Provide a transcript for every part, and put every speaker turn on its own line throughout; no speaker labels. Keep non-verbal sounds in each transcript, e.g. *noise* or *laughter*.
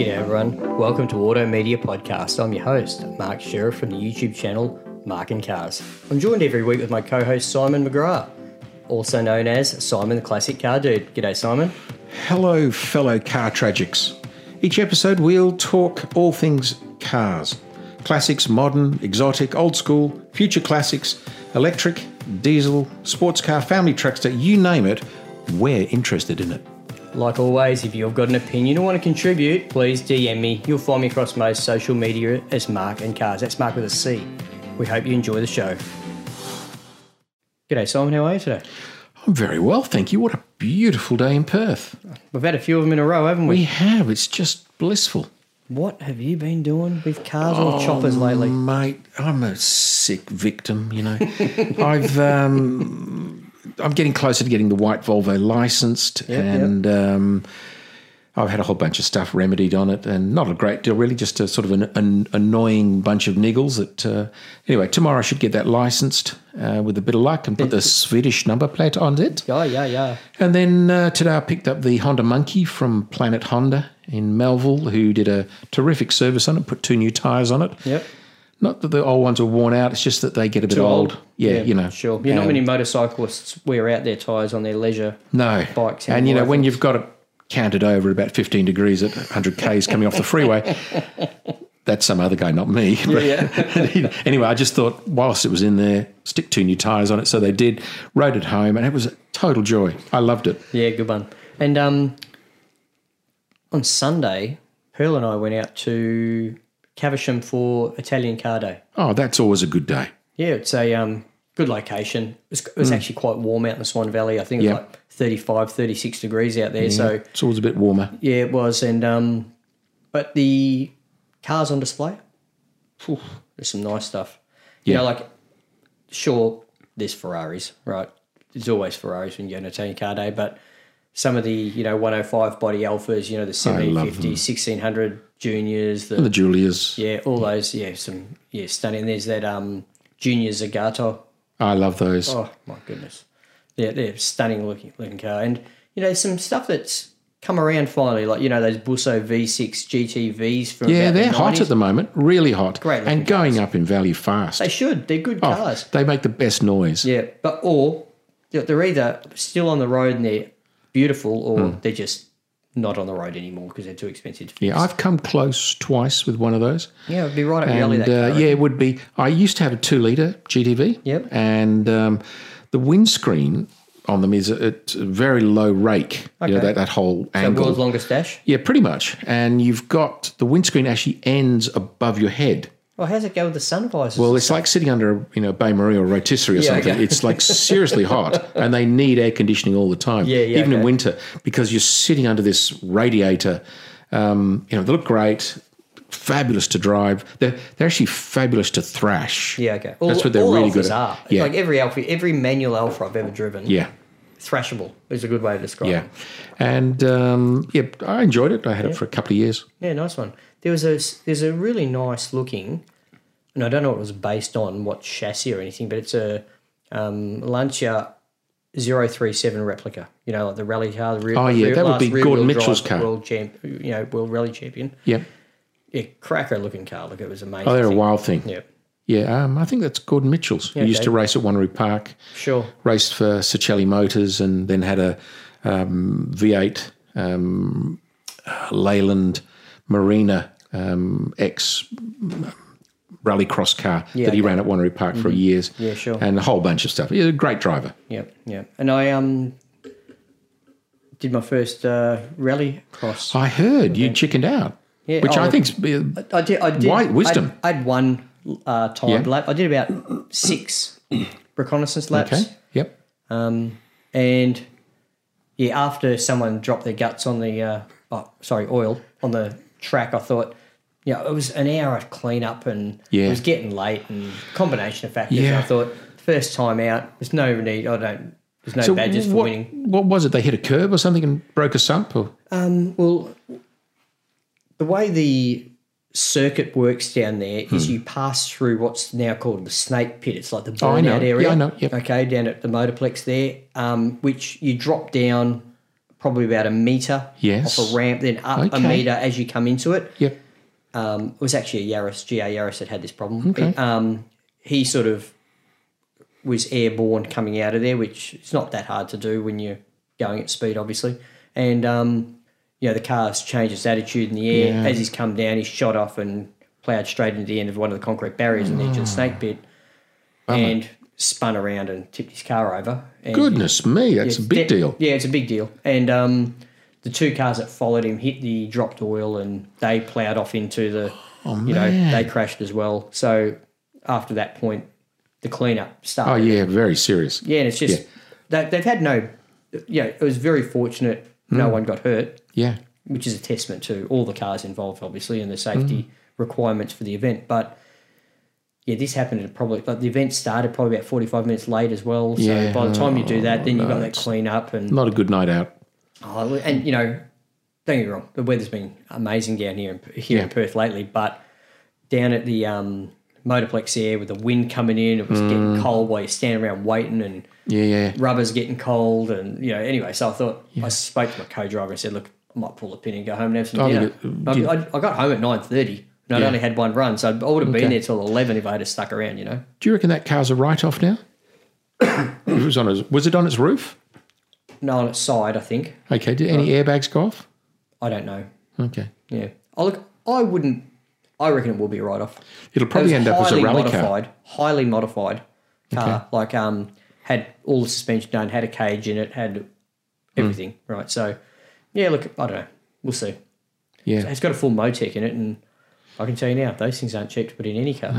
everyone. Welcome to Auto Media Podcast. I'm your host, Mark Sheriff from the YouTube channel Mark and Cars. I'm joined every week with my co host, Simon McGrath, also known as Simon the Classic Car Dude. G'day, Simon.
Hello, fellow car tragics. Each episode, we'll talk all things cars classics, modern, exotic, old school, future classics, electric, diesel, sports car, family truckster you name it. We're interested in it.
Like always, if you've got an opinion or want to contribute, please DM me. You'll find me across most social media as Mark and Cars. That's Mark with a C. We hope you enjoy the show. G'day, Simon. How are you today?
I'm very well, thank you. What a beautiful day in Perth.
We've had a few of them in a row, haven't we?
We have, it's just blissful.
What have you been doing with cars or choppers lately?
Oh, Mate, I'm a sick victim, you know. *laughs* I've um I'm getting closer to getting the white Volvo licensed
yep.
and um I've had a whole bunch of stuff remedied on it, and not a great deal, really, just a sort of an, an annoying bunch of niggles. That uh, anyway, tomorrow I should get that licensed uh, with a bit of luck and put the Swedish number plate on it.
Yeah, Oh, yeah, yeah.
And then uh, today I picked up the Honda Monkey from Planet Honda in Melville, who did a terrific service on it, put two new tyres on it.
Yep.
Not that the old ones are worn out, it's just that they get a bit
Too
old. Yeah, you know.
Sure. Yeah, not
and-
many motorcyclists wear out their tyres on their leisure.
No.
bikes
And,
and
you know, when you've got it counted over at about 15 degrees at 100 Ks coming off
*laughs*
the freeway, that's some other guy, not me. But *laughs* anyway, I just thought, whilst it was in there, stick two new tyres on it. So they did, rode it home, and it was a total joy. I loved it.
Yeah, good one. And um, on Sunday, Pearl and I went out to Caversham for Italian Car Day.
Oh, that's always a good day.
Yeah, it's a um, good location. It was, it was actually quite warm out in the Swan Valley. I think it was
Hmm. Yeah.
like 35, 36 degrees out there. So,
It's always a bit warmer.
yeah, it was. And um, But the cars on display, phew, there's some nice stuff. You
Yeah.
know, like, sure, there's Ferraris, right? There's always Ferraris when you go to an Italian car day, but some of the, you know, 105 body alphas, you know, the 1750, 1600 juniors, the
The Julias.
yeah, all those. Yeah, some yeah stunning. There's that um Junior Zagato.
I love those.
Oh my goodness, yeah, they're stunning looking looking car. And you know, some stuff that's come around finally, like you know those Busso V6 GTVs from
yeah,
about the
they're hot
90s.
at the moment. Really hot.
Great looking
And going up in value fast.
They should. They're good
Oh,
cars.
they make the best noise.
Yeah, but or you know, they're either still on the road and they're beautiful, or
Hmm.
they're just not on the road anymore because they're too expensive. to fix.
Yeah, I've come close twice with one of those.
yeah, it'd be right up your alley.
and
That car.
uh, yeah, it would be. I used to have a two liter GTV.
Yep.
And um, the windscreen on them is at a very low rake. You know,
Okay.
that, that whole angle.
world's longest dash.
yeah, pretty much. And you've got the windscreen actually ends above your head.
Well, Oh, how's it go with the sun visors?
Well, it's like sitting under a you know Bay Marie or rotisserie or something.
okay.
It's like seriously hot, and they need air conditioning all the time,
Yeah, yeah,
even in
okay.
winter, because you're sitting under this radiator. Um, you know, they look great, fabulous to drive. They're they're actually fabulous to thrash.
Yeah, okay.
That's what they're
all
really
Alphas
good at.
Are.
Yeah.
Like every Alpha, every manual Alpha I've ever driven,
yeah,
thrashable is a good way to describe
yeah,
it.
and um, yeah, I enjoyed it. I had it for a couple of years.
Yeah, nice one. There was a there's a really nice looking, and I don't know what it was based on, what chassis or anything, but it's a um, Lancia 037 replica. You know, like the rally car, the rear.
Oh, yeah,
rear-
that would
last
be
rear-wheel
Gordon
drive
Mitchell's car.
world champ, you know, world rally champion.
Yeah,
Yeah, cracker looking car. Look, it was amazing.
oh, they're a wild thing.
yeah,
Yeah, um, I think that's Gordon Mitchell's. who used
okay.
to race at Wanneroo Park.
sure.
raced for Siccelli Motors and then had a um, V8 um, uh, Leyland Marina um, X um, rallycross car that he
okay.
ran at Wanneroo Park for years.
Mm-hmm. Yeah, sure.
And a whole bunch of stuff. He's a great driver.
Yep, yep. And I um did my first uh, rally cross.
I heard you chickened out,
Yeah,
which
oh,
I think's uh,
I did. I did.
Why- wisdom.
I'd, I'd one uh, timed
Yeah.
lap. I did about
*clears throat*
six reconnaissance laps,
okay. Yep.
and yeah, after someone dropped their guts on the uh, oh, sorry, oil on the track, I thought. Yeah, it was an hour of cleanup and
Yeah.
it was getting late and combination of factors.
Yeah.
I thought first time out, there's no need. I don't. There's no badges for
what,
winning.
what was it? They hit a curb or something and broke a sump? Oh, Or
Well, the way the circuit works down there is
Hmm.
you pass through what's now called the snake pit. It's like the burnout
Oh, I know. Yeah,
area.
I know. Yep.
Okay, down at the motorplex there, um, which you drop down probably about a meter
Yes.
off a ramp, then up a
Okay.
meter as you come into it.
Yep.
Um, it was actually a Yaris, GA Yaris, that had this problem.
Okay.
It, um, he sort of was airborne coming out of there, which it's not that hard to do when you're going at speed, obviously. And um, you know the car's changed its attitude in the air
Yeah.
as he's come down. He's shot off and ploughed straight into the end of one of the concrete barriers
Ah.
on the edge of the snake pit, and spun around and tipped his car over. And
Goodness me, that's a big
that-
deal.
Yeah, it's a big deal. And um, the two cars that followed him hit the dropped oil, and they ploughed off into the. you
Oh, man.
know, they crashed as well. So after that point, the cleanup
Oh
started.
yeah, very serious.
yeah. and it's just they, they've had no. Yeah, it was very fortunate. No
Hmm.
one got hurt,
Yeah.
which is a testament to all the cars involved, obviously, and the safety
Hmm.
requirements for the event. But yeah, this happened at probably like the event started probably about forty five minutes late as well. So
Yeah, Oh,
by the time you do that, then you've
no,
got that clean up and
Not a good night out.
Oh, and you know, don't get me wrong, the weather's been amazing down here in, here in
Yeah.
Perth lately, but down at the um, Motorplex there with the wind coming in, it was getting
Hmm.
cold while you're standing around waiting and
Yeah, yeah.
rubber's getting cold and, you know, anyway, so I thought, I spoke to my co-driver and said, look, I might pull the pin and go home and have some
I
dinner.
think
I,
it-
I, I got home at 9.30 and I'd
Yeah.
only had one run, so I would have been
Okay.
there till 11 if I had stuck around, you know.
Do you reckon that car's a write-off now? *coughs* it was on its, was it on its roof?
No, on its side, I think.
Okay. Did any airbags go off?
I don't know.
Okay.
Yeah. I look, I wouldn't, I reckon it will be a write-off.
It'll
It was
probably end up as a
highly
rally car.
modified, highly modified car. Like um, had all the suspension done, had a cage in it, had everything
Hmm.
right. So yeah, look, I don't know. We'll see.
Yeah.
It's got a full Motec in it, and I can tell you now, those things aren't cheap to put in any car.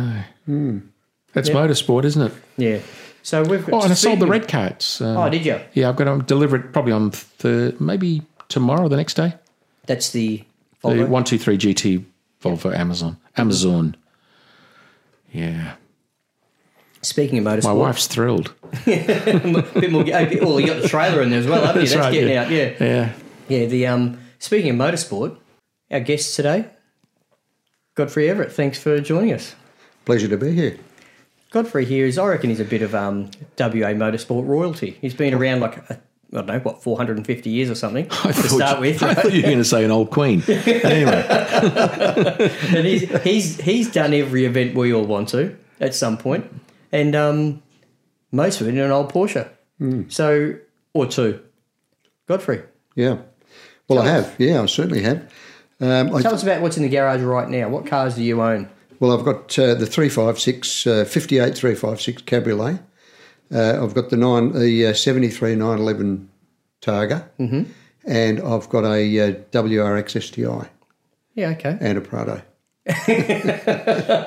That's motorsport, isn't it?
Yeah. So we've got.
Oh, and I sold the
speaking-
red car. It's, uh,
Oh, did you?
yeah, I've got to deliver it probably on the maybe tomorrow, or the next day.
That's the.
The
Volvo.
one two three GT Volvo Amazon Amazon. Yeah,
Speaking of
my
motorsport,
wife's thrilled.
*laughs* a bit more. Oh, well, you got the trailer in there as
*laughs*
well, haven't you?
That's
That's
right,
getting
yeah.
out. Yeah.
Yeah,
Yeah, the um speaking of motorsport, our guest today, Godfrey Everett, thanks for joining us.
Pleasure to be here.
Godfrey here is I reckon he's a bit of um WA motorsport royalty. He's been around like I I don't know, what, four hundred and fifty years or
*laughs*
something to start with.
I thought you were going to say an old
*laughs*
queen. anyway,
And he's he's he's done every event we all want to at some point. And um most of it in an old Porsche.
Hmm.
So or two. Godfrey,
Yeah. Well, I have. Yeah, I certainly have. Um,
tell
I,
us about what's in the garage right now. What cars do you own?
well, I've got uh, the 356, uh, 58 356 Cabriolet. Uh, I've got the nine, the uh, 73 911 Targa. Mm-hmm. And I've got a uh, WRX STI
Yeah, okay.
and a Prado.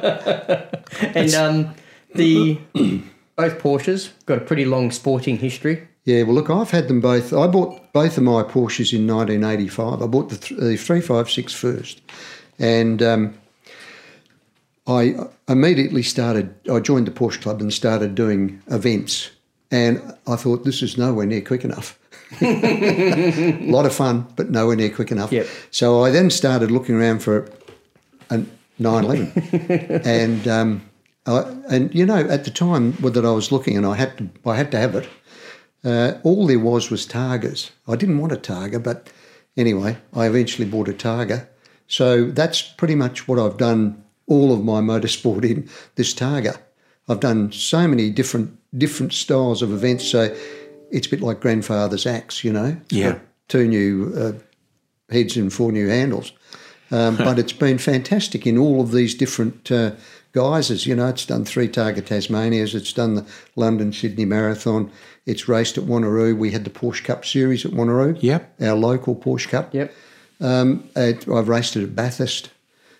And um,
*clears throat*
the both Porsches got a pretty long sporting history.
Yeah, well, look, I've had them both. I bought both of my Porsches in 1985. I bought the, th- the 356 first. And um, I immediately started, I joined the Porsche Club and started doing events. And I thought, this is nowhere near quick enough. *laughs* A lot of fun, but nowhere near quick enough.
Yep.
So I then started looking around for a 911. and, um, I, and, you know, at the time that I was looking and I had to, I had to have it, uh, all there was was Targas. I didn't want a Targa, but anyway, I eventually bought a Targa. So that's pretty much what I've done all of my motorsport in this Targa. I've done so many different different styles of events. So it's a bit like grandfather's axe, you know. It's
Yeah.
got Two new uh, heads and four new handles. Um, but it's been fantastic in all of these different uh, guises. You know, it's done three Target Tasmanias, it's done the London Sydney Marathon, it's raced at Wanneroo. We had the Porsche Cup Series at Wanneroo.
Yep.
Our local Porsche Cup.
Yep.
It, I've raced it at Bathurst.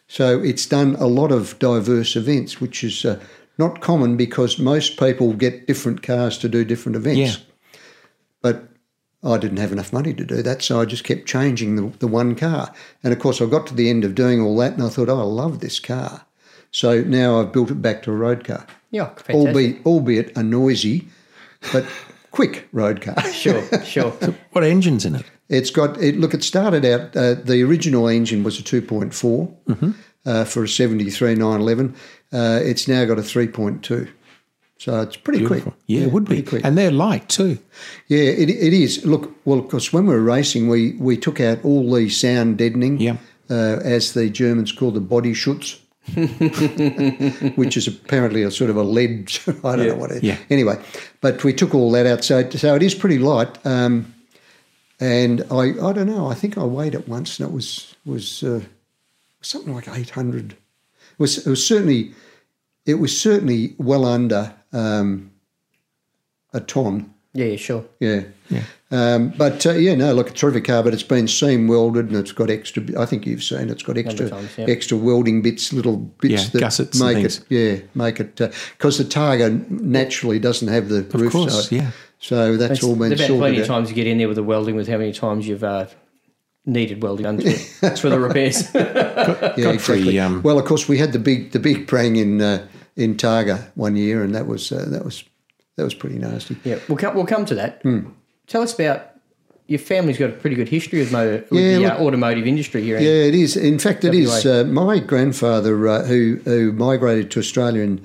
So it's done a lot of diverse events, which is uh, not common because most people get different cars to do different events.
Yeah.
But I didn't have enough money to do that, so I just kept changing the, the one car. And of course, I got to the end of doing all that and I thought, oh, I love this car. So now I've built it back to a road car,
Yeah, fantastic.
albeit, albeit a noisy but quick road car. *laughs*
Sure, sure.
what engines in it?
It's got it. Look, it started out. Uh, the original engine was a 2.4
Mm-hmm.
uh, for a 73 911. Uh, it's now got a 3.2. So it's pretty quick.
Yeah, it would be.
pretty quick.
And they're light too.
Yeah, it, it is. Look, well, because when we were racing, we, we took out all the sound deadening,
Yeah.
uh, as the Germans call the body schutz, *laughs* which is apparently a sort of a lead. *laughs* I don't know what it is.
Yeah.
Anyway, but we took all that out. So, it- so it is pretty light. Um, and I, I don't know, I think I weighed it once and it was, was uh, something like 800. It was, it was certainly it was certainly well under um, a ton.
Yeah, yeah, sure.
Yeah. Um, but uh, yeah, no, look, a terrific car, but it's been seam welded and it's got extra. I think you've seen it's got extra
times, yeah.
extra welding bits, little bits
Yeah,
that
gussets and
make
things.
it. Yeah, make it because the Targa naturally doesn't have the
Of
roof
course,
side.
yeah.
So that's all been
There's about plenty
sorted
of
out.
times you get in there with the welding, with how many times you've uh, needed welding done to
*laughs*
it. That's for the repairs.
Yeah,
Godfrey,
exactly.
um,
well, of course, we had the big the big prang in uh, in Targa one year, and that was uh, that was that was pretty nasty.
yeah, we'll come. We'll come to that.
Hmm.
Tell us about your family's got a pretty good history of motor, with
Yeah,
the
look-
uh, automotive industry here.
Yeah, it is. In fact, it is.
WA.
Uh, my grandfather, uh, who who migrated to Australia in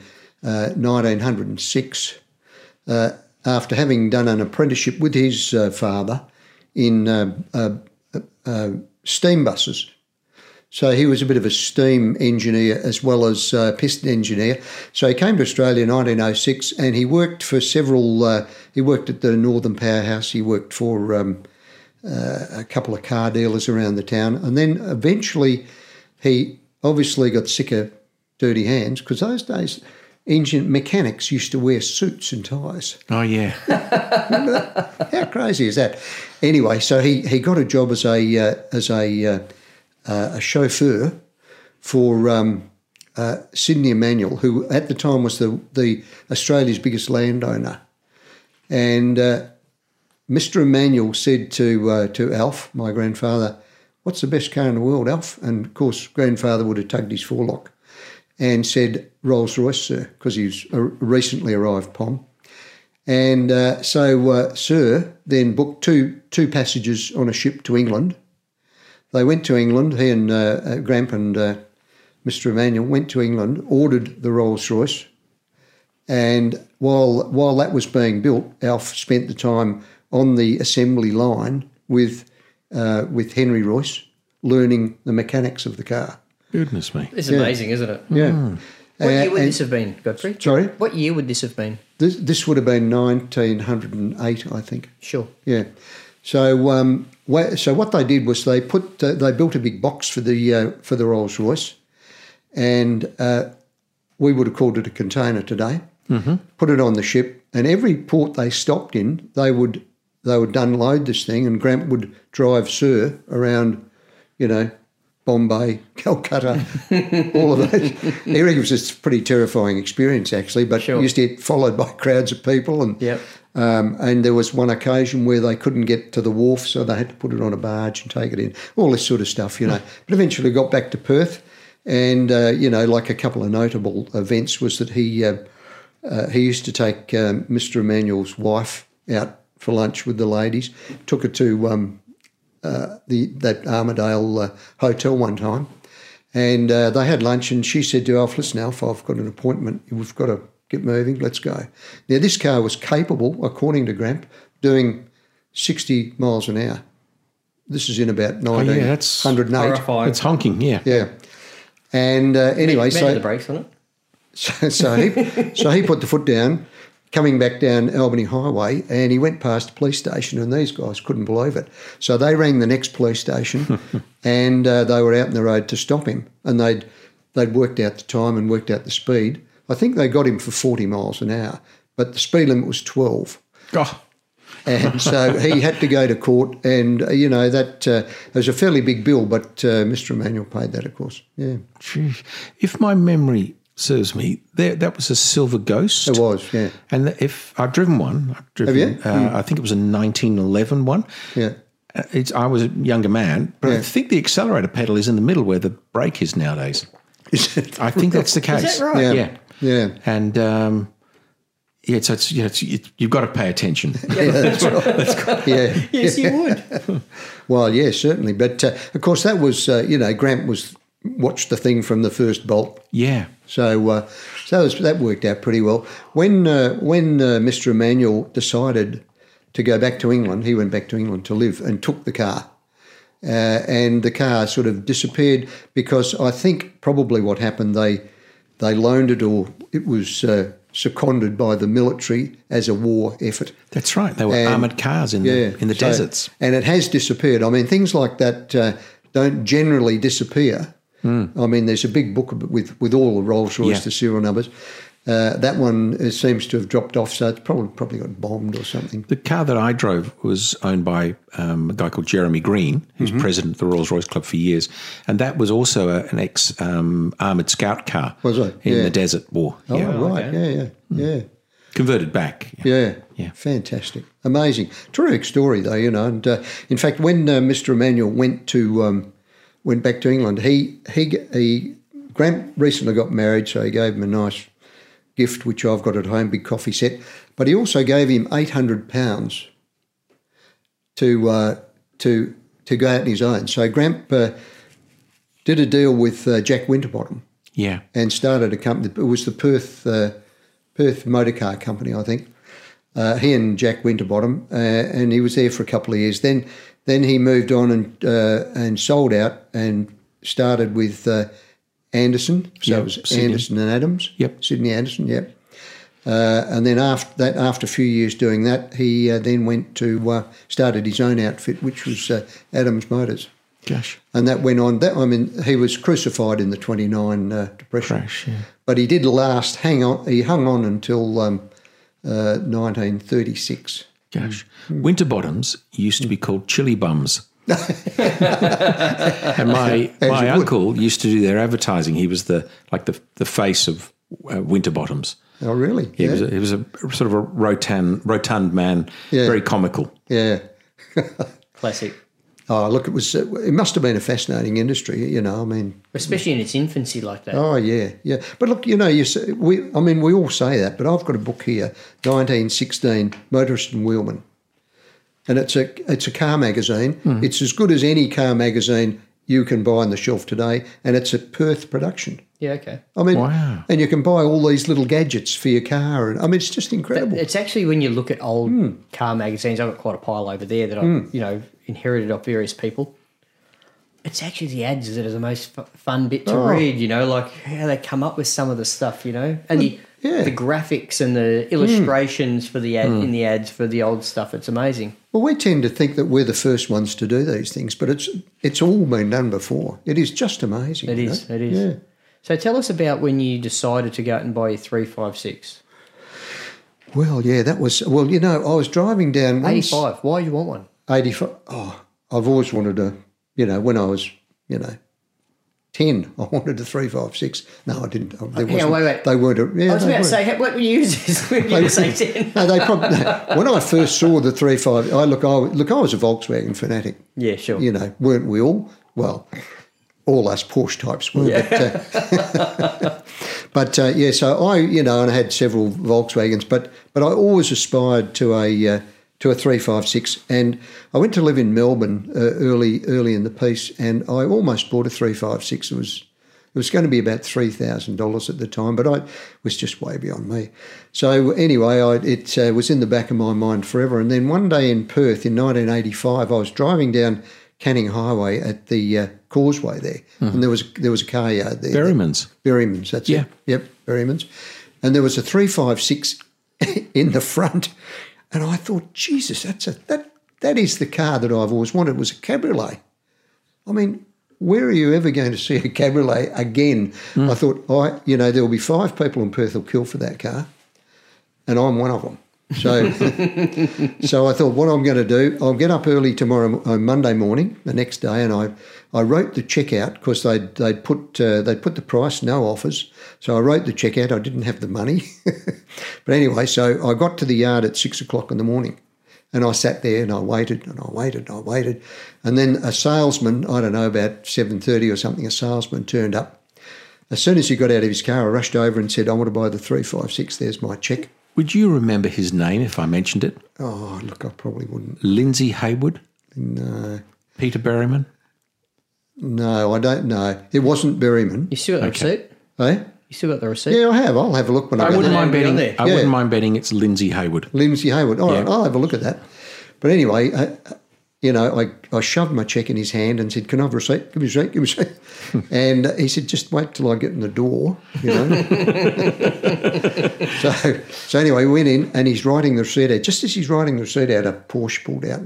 uh, 1906, uh, after having done an apprenticeship with his uh, father in uh, uh, uh, steam buses. So he was a bit of a steam engineer as well as uh, piston engineer. So he came to Australia in 1906, and he worked for several. Uh, he worked at the Northern Powerhouse. He worked for um, a couple of car dealers around the town, and then eventually he obviously got sick of dirty hands because those days engine mechanics used to wear suits and ties.
Oh yeah.
How crazy is that? Anyway, so he, he got a job as a uh, as a uh, uh, a chauffeur for um, uh, Sydney Emanuel, who at the time was the the Australia's biggest landowner, and uh, Mr. Emanuel said to uh, to Alf, my grandfather, "What's the best car in the world, Alf?" And of course, grandfather would have tugged his forelock and said Rolls Royce, sir, because he's a recently arrived pom. And uh, so uh, Sir then booked two two passages on a ship to England. They went to England. He and uh, uh, Gramp and uh, Mr. Emmanuel went to England, ordered the Rolls Royce, and while while that was being built, Alf spent the time on the assembly line with uh, with Henry Royce, learning the mechanics of the car.
*laughs* Goodness me.
It's amazing, isn't it?
Yeah.
What year would
and-
this have been, Godfrey?
Sorry,
What year would this have been?
this this would have been nineteen hundred and eight, I think.
Sure.
Yeah. So um, wha- so what they did was they put uh, they built a big box for the uh, for the Rolls Royce, and uh, we would have called it a container today. Mm-hmm. Put it on the ship, and every port they stopped in, they would they would unload this thing, and Gramp would drive Sir around, you know. Bombay, *laughs* Calcutta, all of those. He reckons it's a pretty terrifying experience, actually. But
Sure.
you used to get followed by crowds of people, and
Yep.
um, and there was one occasion where they couldn't get to the wharf, so they had to put it on a barge and take it in. All this sort of stuff, you know. But eventually got back to Perth, and uh, you know, like a couple of notable events was that he uh, uh, he used to take um, Mr. Emanuel's wife out for lunch with the ladies. Took her to um, the that Armadale uh, hotel one time, and uh, they had lunch. And she said to Alf, "Listen, Alf, I've got an appointment. We've got to get moving. Let's go." Now, this car was capable, according to Gramp, doing sixty miles an hour. This is in about nineteen
that's
hundred and eight.
Horrifying.
It's honking, yeah.
Yeah, and uh, anyway,
Imagine
so
the brakes on it.
so, so he so he put the foot down, coming back down Albany Highway, and he went past the police station, and these guys couldn't believe it. So they rang the next police station, and uh, they were out in the road to stop him, and they'd they'd worked out the time and worked out the speed. I think they got him for forty miles an hour, but the speed limit was twelve
Oh,
and so he had to go to court, and uh, you know that uh, it was a fairly big bill, but uh, Mr. Emmanuel paid that, of course. Yeah,
geez. If my memory serves me, there that was a silver ghost.
it was. Yeah,
And if I've driven one, I've driven,
you?
Uh, I think it was a 1911 one.
yeah. *laughs*
Uh, It's, I was a younger man, but I
Yeah.
think the accelerator pedal is in the middle where the brake is nowadays.
Is it?
I think that's the case.
Is that right?
Yeah.
Yeah.
Yeah.
And um, yeah, so it's, yeah, it's, it, you've got to pay attention.
*laughs* Yeah.
*laughs* Yes, you would.
*laughs* Well, yeah, certainly. But uh, of course, that was uh, you know Grant was watched the thing from the first bolt.
yeah.
So, uh, so that, was- that worked out pretty well. When uh, when uh, Mr. Emanuel decided to go back to England, he went back to England to live and took the car. Uh, and the car sort of disappeared because I think probably what happened they they loaned it or it was uh, seconded by the military as a war effort.
That's right. They were
And-
armored cars in the in the
so-
deserts.
and it has disappeared. I mean, things like that uh, don't generally disappear. I mean, there's a big book ab- with with all the Rolls Royce,
Hmm. Yeah.
the serial numbers. Uh, that one uh, seems to have dropped off, so it's probably probably got bombed or something.
The car that I drove was owned by um, a guy called Jeremy Green, who's
Mm-hmm.
president of the Rolls Royce Club for years, and that was also a, an ex um, armored scout car
Was it?
in
Yeah.
the desert war.
Oh,
yeah, Hmm.
right,
okay.
yeah, yeah, yeah.
converted back. Yeah.
Yeah.
Yeah.
Fantastic. Amazing. Terrific story, though, you know. And uh, in fact, when uh, Mr. Emmanuel went to um, went back to England, he he he Grant recently got married, so he gave him a nice gift, which I've got at home, big coffee set. But he also gave him eight hundred pounds to uh, to to go out on his own. So Grant uh, did a deal with uh, Jack Winterbottom
yeah.
and started a company. It was the Perth uh, Perth Motor Car Company, I think. Uh, he and Jack Winterbottom, uh, and he was there for a couple of years. Then then he moved on and uh, and sold out and started with uh, Anderson. So
Yeah,
it was
Sydney.
Anderson and Adams.
Yep.
Sydney Anderson. Yep. Uh, and then after that, after a few years doing that, he uh, then went to uh, started his own outfit, which was uh, Adams Motors,
Gosh,
and that went on. That I mean, he was crucified in the twenty nine uh, depression
crash. Yeah.
but he did last hang on. He hung on until um, uh, 1936.
Gosh,
Mm.
winter bottoms used to be called chili
*laughs*
bums. and my
As
my
you would.
uncle used to do their advertising. He was the like the the face of uh, winter bottoms.
Oh, really?
He was a, he was a sort of a rotund rotund man,
Yeah.
very comical.
yeah.
Classic.
Oh, look, it was. It must have been a fascinating industry. You know, I mean,
Especially in its infancy like that.
oh yeah, yeah. But look, you know, you say, we. I mean, we all say that, but I've got a book here, 1916, Motorist and Wheelman, and it's a it's a car magazine.
Hmm.
It's as good as any car magazine you can buy on the shelf today, and it's a Perth production.
Yeah, okay.
I mean,
Wow.
and you can buy all these little gadgets for your car, and I mean, it's just incredible. Hmm.
It's actually when you look at old car magazines, I've got quite a pile over there that I, you know, inherited off various people. It's actually the ads that are the most f- fun bit to
Oh.
read, you know, like how they come up with some of the stuff, you know, and the,
Hmm. yeah. Hmm.
the graphics and the illustrations for the ad in the ads for the old stuff. It's amazing.
Well, we tend to think that we're the first ones to do these things, but it's it's all been done before. It is just amazing.
It
you
is.
know?
It is.
Yeah.
So tell us about when you decided to go out and buy your three five six.
Well, yeah, that was. Well, you know, I was driving down
Eighty
once-
five. Why do you want one?
85. Oh, I've always wanted to, you know, when I was, you know, 10, *laughs* I wanted a 356. No, I didn't. Oh, There
Hang on,
wasn't-
wait, wait.
They weren't. A, yeah,
I was about
they
to
weren't.
say, what would you
*laughs*
use this when you say ten?
No, they probably. when I first saw the 35, I look, I look, I was a Volkswagen fanatic.
Yeah, sure.
you know, weren't we all? Well, all us Porsche types were. But, uh, but uh, yeah, so I, you know, and I had several Volkswagens, but but I always aspired to a uh, to a three five six, and I went to live in Melbourne uh, early early in the piece, and I almost bought a three five six. It was it was going to be about three thousand dollars at the time, but I it was just way beyond me. So anyway, I, it uh, was in the back of my mind forever. And then one day in Perth in 1985, I was driving down Canning Highway at the uh, causeway there, and there was there was a car yard there.
Berryman's.
Berryman's, that's
Yeah.
it. Yep, Berryman's. And there was a 356 *laughs* in the front. And I thought, Jesus, that's a that that is the car that I've always wanted was a cabriolet. I mean, where are you ever going to see a cabriolet again? I thought, I you know, there will be five people in Perth who'll kill for that car, and I'm one of them. So, so I thought, what I'm going to do, I'll get up early tomorrow, uh, Monday morning, the next day, and I, I wrote the check out because they'd they'd put uh, they'd put the price, no offers. So I wrote the check out. I didn't have the money, *laughs* but anyway, so I got to the yard at six o'clock in the morning, and I sat there and I waited and I waited and I waited, and then a salesman, I don't know about seven thirty or something, a salesman turned up. As soon as he got out of his car, I rushed over and said, "I want to buy the three five six. There's my check."
Would you remember his name if I mentioned it?
Oh, look, I probably wouldn't.
Lindsay Haywood,
No.
Peter Berryman.
No, I don't know. It wasn't Berryman.
You still got the receipt?
Eh?
You still got the receipt?
Yeah, I have. I'll have a look when I,
I
go
wouldn't
there.
mind
Yeah,
betting.
there.
I
Yeah.
wouldn't mind betting it's Lindsay Hayward.
Lindsay Hayward. All right,
Yeah.
I'll have a look at that. But anyway, I, I- you know, I, I shoved my check in his hand and said, "Can I have a receipt? Give me a receipt. Give me a receipt."
*laughs*
and he said, "Just wait till I get in the door." You know. so, so anyway, we went in and he's writing the receipt out. Just as he's writing the receipt out, a Porsche pulled out,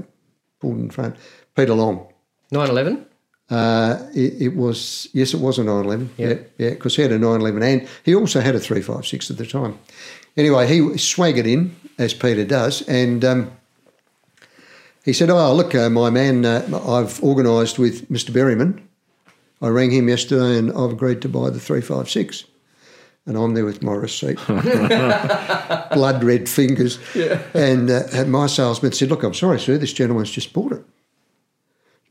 pulled in front. Peter Long.
911?
Uh, it, it was yes, it was a 911. Yeah, yeah, because he had a 911, and he also had a 356 at the time. Anyway, he swaggered in as Peter does, and um, he said, "Oh, look, uh, my man, uh, I've organised with Mr. Berryman. I rang him yesterday, and I've agreed to buy the 356." And I'm there with my receipt, blood red fingers, and, uh, and my salesman said, "Look, I'm sorry, sir, this gentleman's just bought it."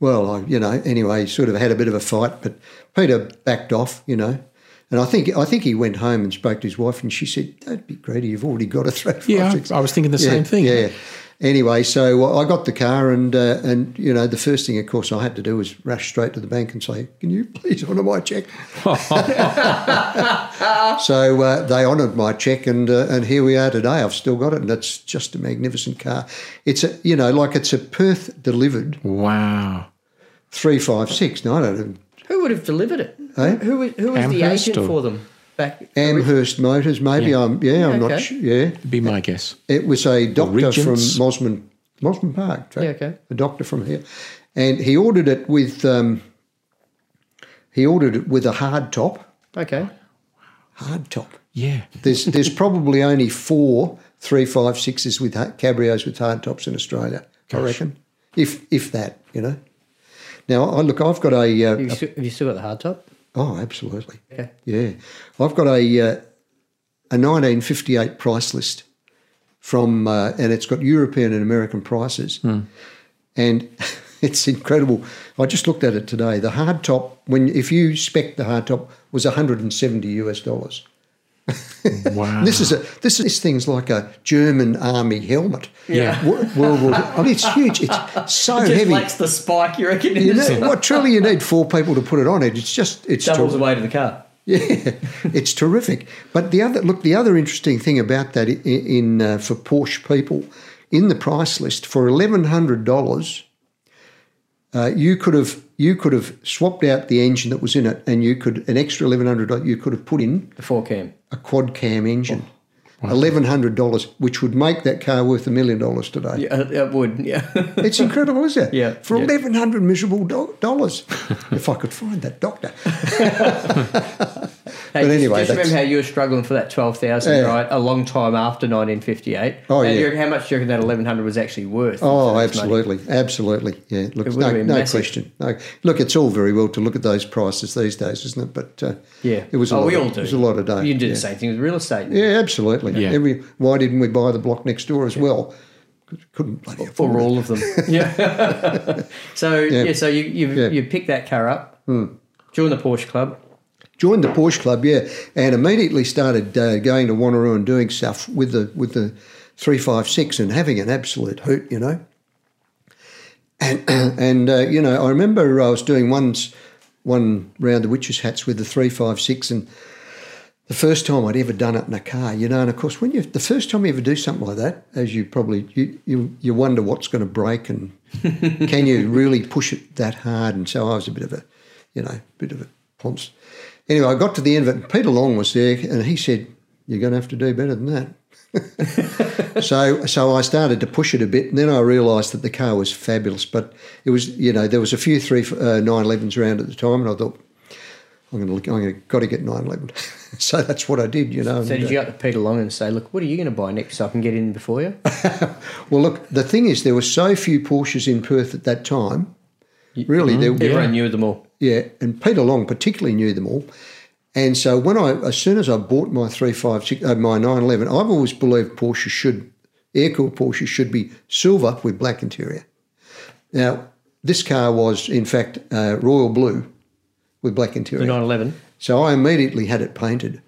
well, I, you know, anyway, sort of had a bit of a fight, but Peter backed off, you know. And I think I think he went home and spoke to his wife, and she said, "Don't be greedy. You've already got a three five
Yeah,
six."
I, I was thinking the
yeah,
same thing.
Yeah. Anyway, so I got the car, and uh, and you know, the first thing, of course, I had to do was rush straight to the bank and say, "Can you please honour
*laughs*
my check?" so uh, they honoured my check, and uh, and here we are today. I've still got it, and it's just a magnificent car. It's a you know, like it's a Perth delivered
Wow.
three five six. No, I don't. Even,
Who would have delivered it?
Eh?
Who, was- who was the
Amherst
agent
or-
for them back?
Amherst Motors, maybe I'm. Yeah, I'm
okay.
not. Sure. Yeah,
Be my guess.
it was a doctor from
Regents.
Mosman, Mosman Park. Jack.
Yeah, okay.
A doctor from here, and he ordered it with. Um, he ordered it with a hard top.
Okay.
Hard top.
Yeah.
There's there's probably only four three five sixes with ha- cabrios with hard tops in Australia. I reckon, if if that, you know. Now, I, look, I've got a, uh,
You still, have you still got the hard top?
Oh, absolutely.
Okay.
Yeah. I've got a uh, a 1958 price list from, uh, and it's got European and American prices. And *laughs* it's incredible. I just looked at it today. The hard top, when if you spec the hard top, was 170 US dollars.
Wow.
*laughs* This is a this this thing's like a German army helmet.
Yeah.
Wo- World War. I mean, it's huge. It's so
Just
heavy.
lacks the spike, you reckon? *laughs*
You know, what truly you need four people to put it on it. It's just it's
doubles
terrific.
the weight of the car.
Yeah, it's terrific. But the other look, the other interesting thing about that in, in uh, for Porsche people, in the price list for eleven hundred dollars, uh, you could have you could have swapped out the engine that was in it, and you could an extra eleven hundred dollars you could have put in
The four cam.
a quad cam engine.
Oh,
Eleven hundred dollars, which would make that car worth a million dollars today.
Yeah, it would. Yeah. *laughs*
It's incredible, isn't it?
Yeah,
For
yeah.
eleven hundred miserable do-
*laughs*
dollars, if I could find that doctor.
Hey,
But
just-
anyway,
just remember
that's-
how you were struggling for that twelve thousand,
Yeah.
right? A long time after nineteen fifty-eight.
Oh,
and
yeah.
you reckon- how much do you reckon that eleven hundred was actually worth?
Oh,
That's money.
absolutely, absolutely. Yeah, look,
would've
no,
been
no
massive.
question. No, look, it's all very well to look at those prices these days, isn't it? But uh,
Yeah.
it was. A
oh,
lot
we
of,
all do.
It was a lot of day.
You can do
yeah.
the same thing with real estate.
Yeah, absolutely.
Yeah.
Every, why didn't we buy the block next door as well? 'Cause we Couldn't bloody afford
For
it.
all of *laughs* them. yeah. *laughs* so yeah. so you you
Yeah.
you pick that car up, join the Porsche Club.
Joined the Porsche Club, yeah, and immediately started uh, going to Wanneroo and doing stuff with the with the three five six and having an absolute hoot, you know. And *clears throat* and uh, you know, I remember I was doing one's one round the witches' hats with the three five six, and the first time I'd ever done it in a car, you know. And of course, when you the first time you ever do something like that, as you probably you you, you wonder what's going to break and can you really push it that hard? And so I was a bit of a, you know, bit of a ponce. Anyway, I got to the end of it. and Peter Long was there, and he said, "You're going to have to do better than that." *laughs* so so I started to push it a bit, and then I realised that the car was fabulous. But it was you know there was a few three uh, 911s around at the time, and I thought I'm going to look, I'm going to got to get 911. *laughs* so that's what I did, you know.
So
and,
did
uh,
you go up to Peter Long and say, "Look, what are you going to buy next so I can get in before you?"
well, look, the thing is, there were so few Porsches in Perth at that time. Really, there,
mm-hmm. Everyone knew them all.
yeah, and Peter Long particularly knew them all. And so when I, as soon as I bought my three five six, uh, my nine eleven, I've always believed Porsche should, air cooled Porsche should be silver with black interior. Now this car was in fact uh, royal blue with black
The
interior.
911.
So I immediately had it painted.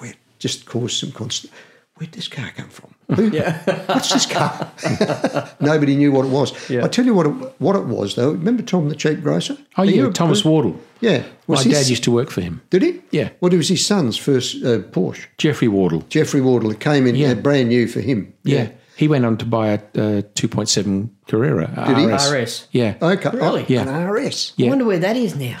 Boy, it just caused some constant. where'd this car come from?
*laughs*
Who- What's this car? *laughs* Nobody knew what it was.
Yeah.
I tell you what it, what it was, though. Remember Tom the Cheap Grocer?
Oh,
Are
yeah,
you a-
Thomas Wardle.
Yeah.
My
Was
dad
his-
used to work for him.
Did he?
Yeah.
Well, it was his son's first uh, Porsche.
Jeffrey Wardle.
Jeffrey Wardle. It came in
Yeah.
uh, brand new for him.
Yeah. He went on to buy a uh, 2.7 Carrera. Did
he?
RS.
RS.
Yeah.
Okay.
Really?
Oh,
Yeah.
An RS.
Yeah.
I wonder where that is now.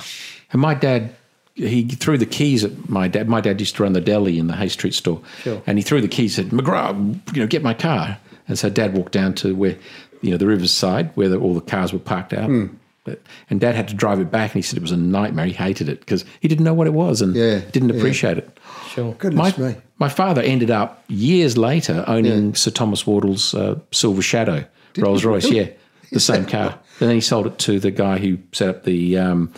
And my dad, he threw the keys at my dad. My dad used to run the deli in the Hay Street store.
Sure.
And he threw the keys at McGrath, you know, get my car. And so dad walked down to where, you know, the river's side where the, all the cars were parked out.
Hmm.
But, and dad had to drive it back. And he said it was a nightmare. He hated it because he didn't know what it was and
Yeah,
didn't
yeah.
appreciate it.
Sure.
Goodness
my,
me.
my father ended up years later owning Sir Thomas Wardle's uh, Silver Shadow Rolls Royce. Yeah, the same car. And then he sold it to the guy who set up the um,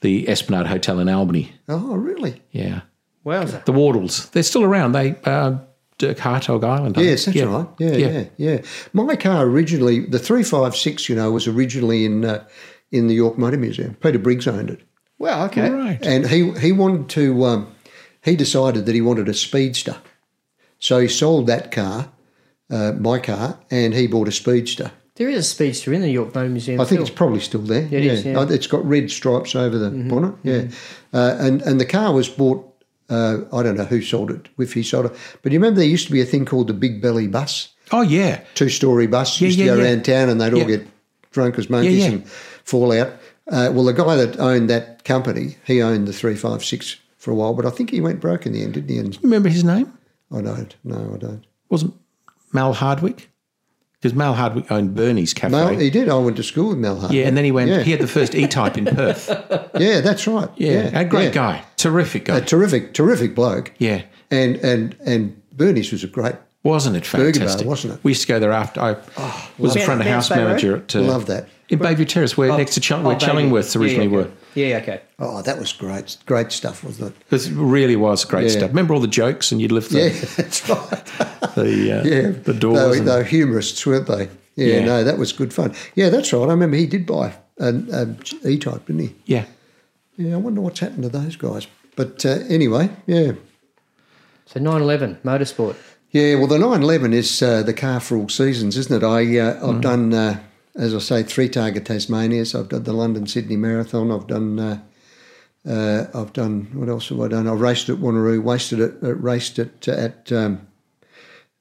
the Esplanade Hotel in Albany.
Oh, really?
Yeah,
Wowza.
the Wardles. They're still around. They uh, Dirk Hartog Island. I
Yes,
think.
that's right. Yeah, yeah, yeah, My car originally, the 356, you know, was originally in uh, in the York Motor Museum. Peter Briggs owned it.
Well, okay.
Right.
And he, he wanted to, um, he decided that he wanted a speedster. So he sold that car, uh, my car, and he bought a speedster.
There is a speedster in the York Motor Museum.
I think it's
still.
probably still there.
it
yeah.
is, yeah.
Uh, It's got red stripes over the
Mm-hmm.
bonnet. Yeah. Uh, and, and the car was bought, uh, I don't know who sold it, if he sold it. But you remember there used to be a thing called the Big Belly Bus?
Oh yeah.
two story bus used
yeah,
to go
yeah.
around town and they'd all
Yeah.
get drunk as monkeys
yeah.
and fall out. Uh, well, the guy that owned that company, he owned the 356 for a while, but I think he went broke in the end, didn't he? And
Remember his name?
I don't. No, I don't.
Wasn't Mal Hardwick? Because Mal Hardwick owned Bernie's Cafe.
Mel, he did. I went to school with Mel Hart.
yeah, and then he went.
Yeah.
He had the first E-type in
*laughs*
Perth.
Yeah, that's right.
Yeah, a great
yeah.
guy, terrific guy.
A terrific, terrific bloke.
yeah,
And, and, and Bernie's was a great,
Wasn't it
Bar,
fantastic?
wasn't it? Oh,
We used to go there after. I was a
it.
front of
Ba-
house
Ba- Bay Road?
manager at. Uh,
love that.
In Bayview Terrace, where next to Chel- where
Oh, baby.
Chellingworths
Yeah,
originally
yeah,
were.
okay. Yeah, yeah, okay.
oh, that was great, great stuff, wasn't it?
It really was great
Yeah.
stuff. Remember all the jokes, and you'd lift the
Yeah, *laughs* that's right.
the, uh,
Yeah,
the doors.
They,
and-
they were humorists, weren't they? Yeah,
Yeah.
no, that was good fun. Yeah, that's right. I remember he did buy an um, E-type, didn't he?
yeah,
Yeah, I wonder what's happened to those guys. But uh, anyway, yeah,
So 911 motorsport.
yeah. Well, the 911 is uh, the car for all seasons, isn't it? I uh, I've done, uh, as I say, three Target Tasmanias. I've done the London Sydney Marathon. I've done. Uh, uh, I've done what else have I done? I've raced at Wanneroo, wasted it, uh, raced it uh, at um,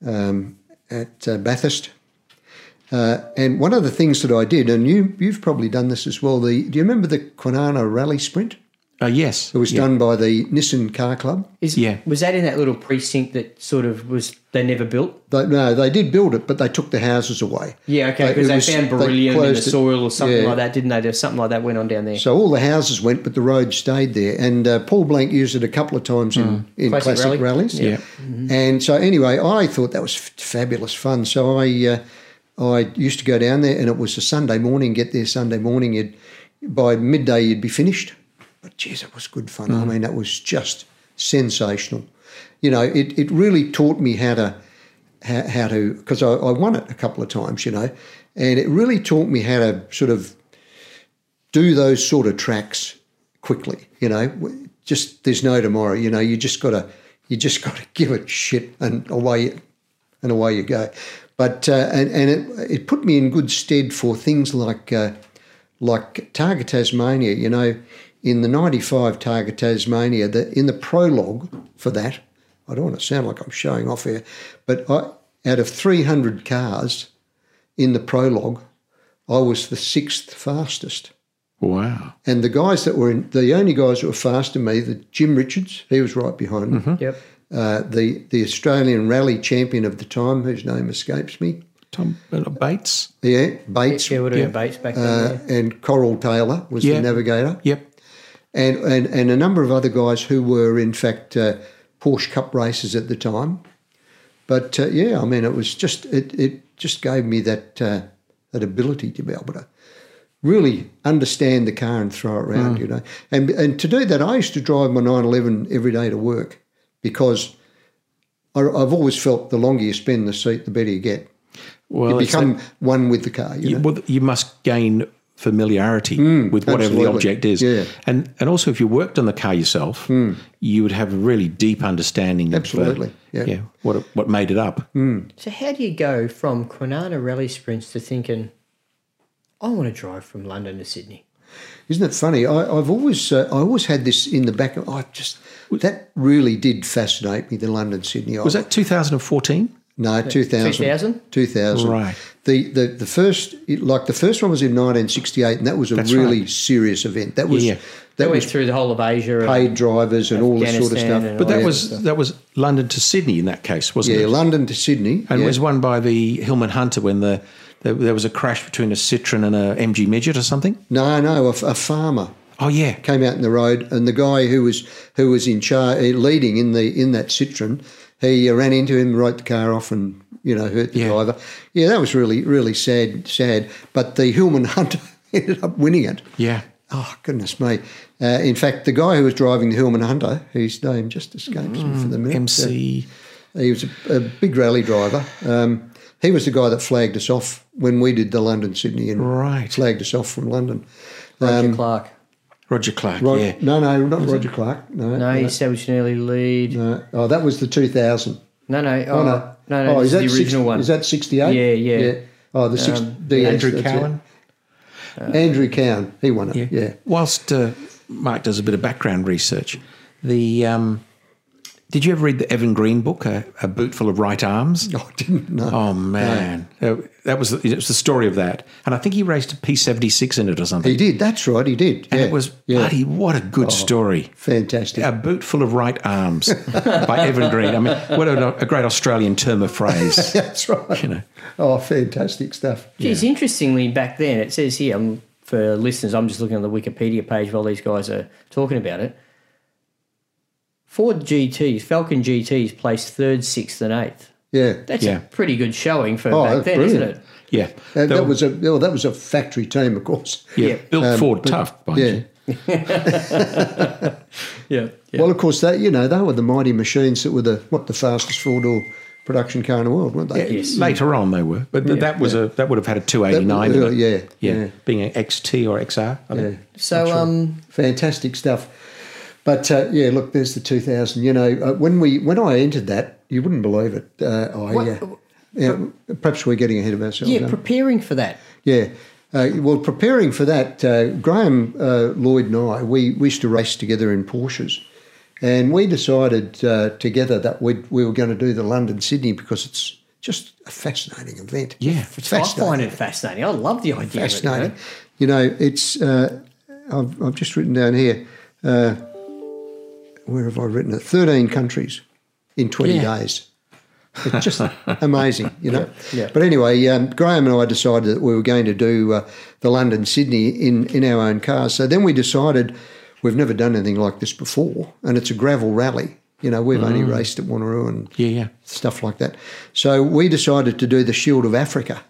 um, at uh, Bathurst. Uh, and one of the things that I did, and you you've probably done this as well. The do you remember the Quinana Rally Sprint?
uh, yes,
It was done by the Nissan Car Club.
Is,
Yeah.
Was that in that little precinct that sort of was, they never built?
They, no, they did build it, but they took the houses away.
Yeah, okay,
They-
because
it
they
was-
found
they
beryllium in the
closed it.
soil or something
Yeah.
like that, didn't they? There was something like that went on down there.
So all the houses went, but the road stayed there. And uh, Paul Blank used it a couple of times in, in
Mm. Classic
classic,
rally.
rallies. Mm-hmm.
Yeah.
And so anyway, I thought that was f- fabulous fun. So I uh, I used to go down there, and it was a Sunday morning. Get there Sunday morning. You'd, by midday, you'd be finished. But geez, it was good fun.
Mm.
I mean, that was just sensational. You know, it, it really taught me how to how, how to because I, I won it a couple of times. You know, and it really taught me how to sort of do those sort of tracks quickly. You know, W- just there's no tomorrow. You know, you just gotta you just *laughs* gotta give it shit and away and away you go. But uh, and and it it put me in good stead for things like uh, like Target Tasmania. You know, in the '95 Target Tasmania, the in the prologue for that, I don't want to sound like I'm showing off here, but I out of 300 cars in the prologue, I was the sixth fastest.
wow.
And the guys that were in, the only guys that were faster than me, the Jim Richards, he was right behind me.
Yep.
Uh, the the Australian rally champion of the time, whose name escapes me,
Tom uh, Bates.
yeah, Bates,
Yeah, would have
Yeah.
been Bates back
uh,
then.
and Coral Taylor was
Yeah.
the navigator,
Yep.
and, and and a number of other guys who were in fact uh, Porsche Cup races at the time. But uh, yeah, I mean, it was just it it just gave me that uh, that ability to be able to really understand the car and throw it around,
Mm.
you know. And and to do that, I used to drive my 911 every day to work because I, I've always felt the longer you spend in the seat, the better you get.
Well,
you
it's
become one with the car, you
that-
know.
well, you must gain familiarity with whatever the
Hmm, absolutely.
object is.
Yeah. Hmm.
And and also if you worked on the car yourself, you would have a really deep understanding
Absolutely,
of uh,
yeah.
yeah, what it- what made it up.
So how do you go from Kwinana rally sprints to thinking, I want to drive from London to Sydney?
Isn't it funny? I, I've always uh, I always had this in the back of I just that really did fascinate me. The London Sydney
Was that 2014?
no two thousand
2000?
2000.
Right.
The, the the first like the first one was in 1968, and that was a really serious event. That was
Yeah, yeah.
They
that
went
was
through the whole of Asia. and-
paid drivers and all this sort of
Afghanistan
stuff.
and
But that
yeah,
was that was London to Sydney in that case, wasn't
yeah,
it?
London to Sydney.
and
yeah.
it was won by the Hillman Hunter when the, the there was a crash between a Citroen and a MG Midget or something.
no, no, a, a farmer
Oh yeah,
came out in the road, and the guy who was who was in charge, leading in the in that Citroen, he uh, ran into him, wrote the car off, and you know hurt the
Yeah.
driver. Yeah, that was really really sad, sad. But the Hillman *laughs* Hunter ended up winning it.
yeah.
Oh goodness me! Uh, in fact, the guy who was driving the Hillman Hunter, whose name just escapes me for the
Mm,
minute,
MC.
uh, he was a, a big rally driver. Um, he was the guy that flagged us off when we did the London Sydney and
Right.
flagged us off from London.
Roger
um,
Clark.
Roger Clark.
Rog-
yeah.
No, no, not Roger Clark. No,
No, he established an early lead. No,
no. Oh, that was the 2000.
no, oh,
Oh,
no, no,
oh,
this is
is that
the original
six-
one.
Is that 68?
Yeah, yeah. Um,
Oh, the six, DS,
Andrew
that's it.
Cowan.
Andrew Cowan. He won it. Yeah.
Whilst uh, Mark does a bit of background research, the um, did you ever read the Evan Green book, a, a boot full of right
*laughs*
arms?
Oh, I didn't know.
Oh man, Uh, that was it was the story of that, and I think he raced a P seventy six in it or something.
He did. That's right. He did.
And
yeah.
it was
yeah. Oh.
bloody what a good story.
fantastic.
A boot full of right arms by Evan Green. I mean, what a, a great Australian term of
*laughs*
phrase.
*laughs* That's right.
You know,
Oh, fantastic stuff.
Geez, interestingly, back then it says here um, for listeners. I'm just looking on the Wikipedia page while these guys are talking about it. Ford GTs, Falcon GTs, placed third, sixth, and eighth.
Yeah.
That's
Yeah.
a pretty good showing for
Oh,
back
that's
then,
brilliant.
isn't it?
yeah.
And
They
that
were-
was a well, that was a factory team, of course.
yeah,
yeah.
built Ford tough. By
Yeah.
Yeah.
Well, of course, that you know they were the mighty machines that were the what the fastest four door production car in the world, weren't they?
Yes.
Later on, they were, but th- that was a that would have had a two eighty nine.
That- yeah,
yeah,
yeah.
being an XT or XR. I think.
So, um,
fantastic stuff. But uh, yeah, look, there's the 2000. You know, uh, when we when I entered that, you wouldn't believe it. Uh, I
What-
uh, yeah, perhaps we're getting ahead of ourselves.
yeah,
aren't we?
preparing for that.
Yeah. Uh, well, preparing for that, uh, Graham uh, Lloyd and I, we, we used to race together in Porsches. And we decided uh, together that we'd, we were going to do the London Sydney because it's just a fascinating event.
Yeah.
I find it fascinating. I love the idea. Of
Fascinating.
it,
You know, it's, uh, I've, I've just written down here, uh, where have I written it? 13 countries in 20
Yeah.
days. It's
*laughs*
just amazing, you know.
Yeah, yeah.
But anyway, um, Graham and I decided that we were going to do uh, the London Sydney in in our own cars. So then we decided we've never done anything like this before, and it's a gravel rally. You know, we've
Mm.
only raced at Wanneroo and
Yeah, yeah.
stuff like that. So we decided to do the Shield of Africa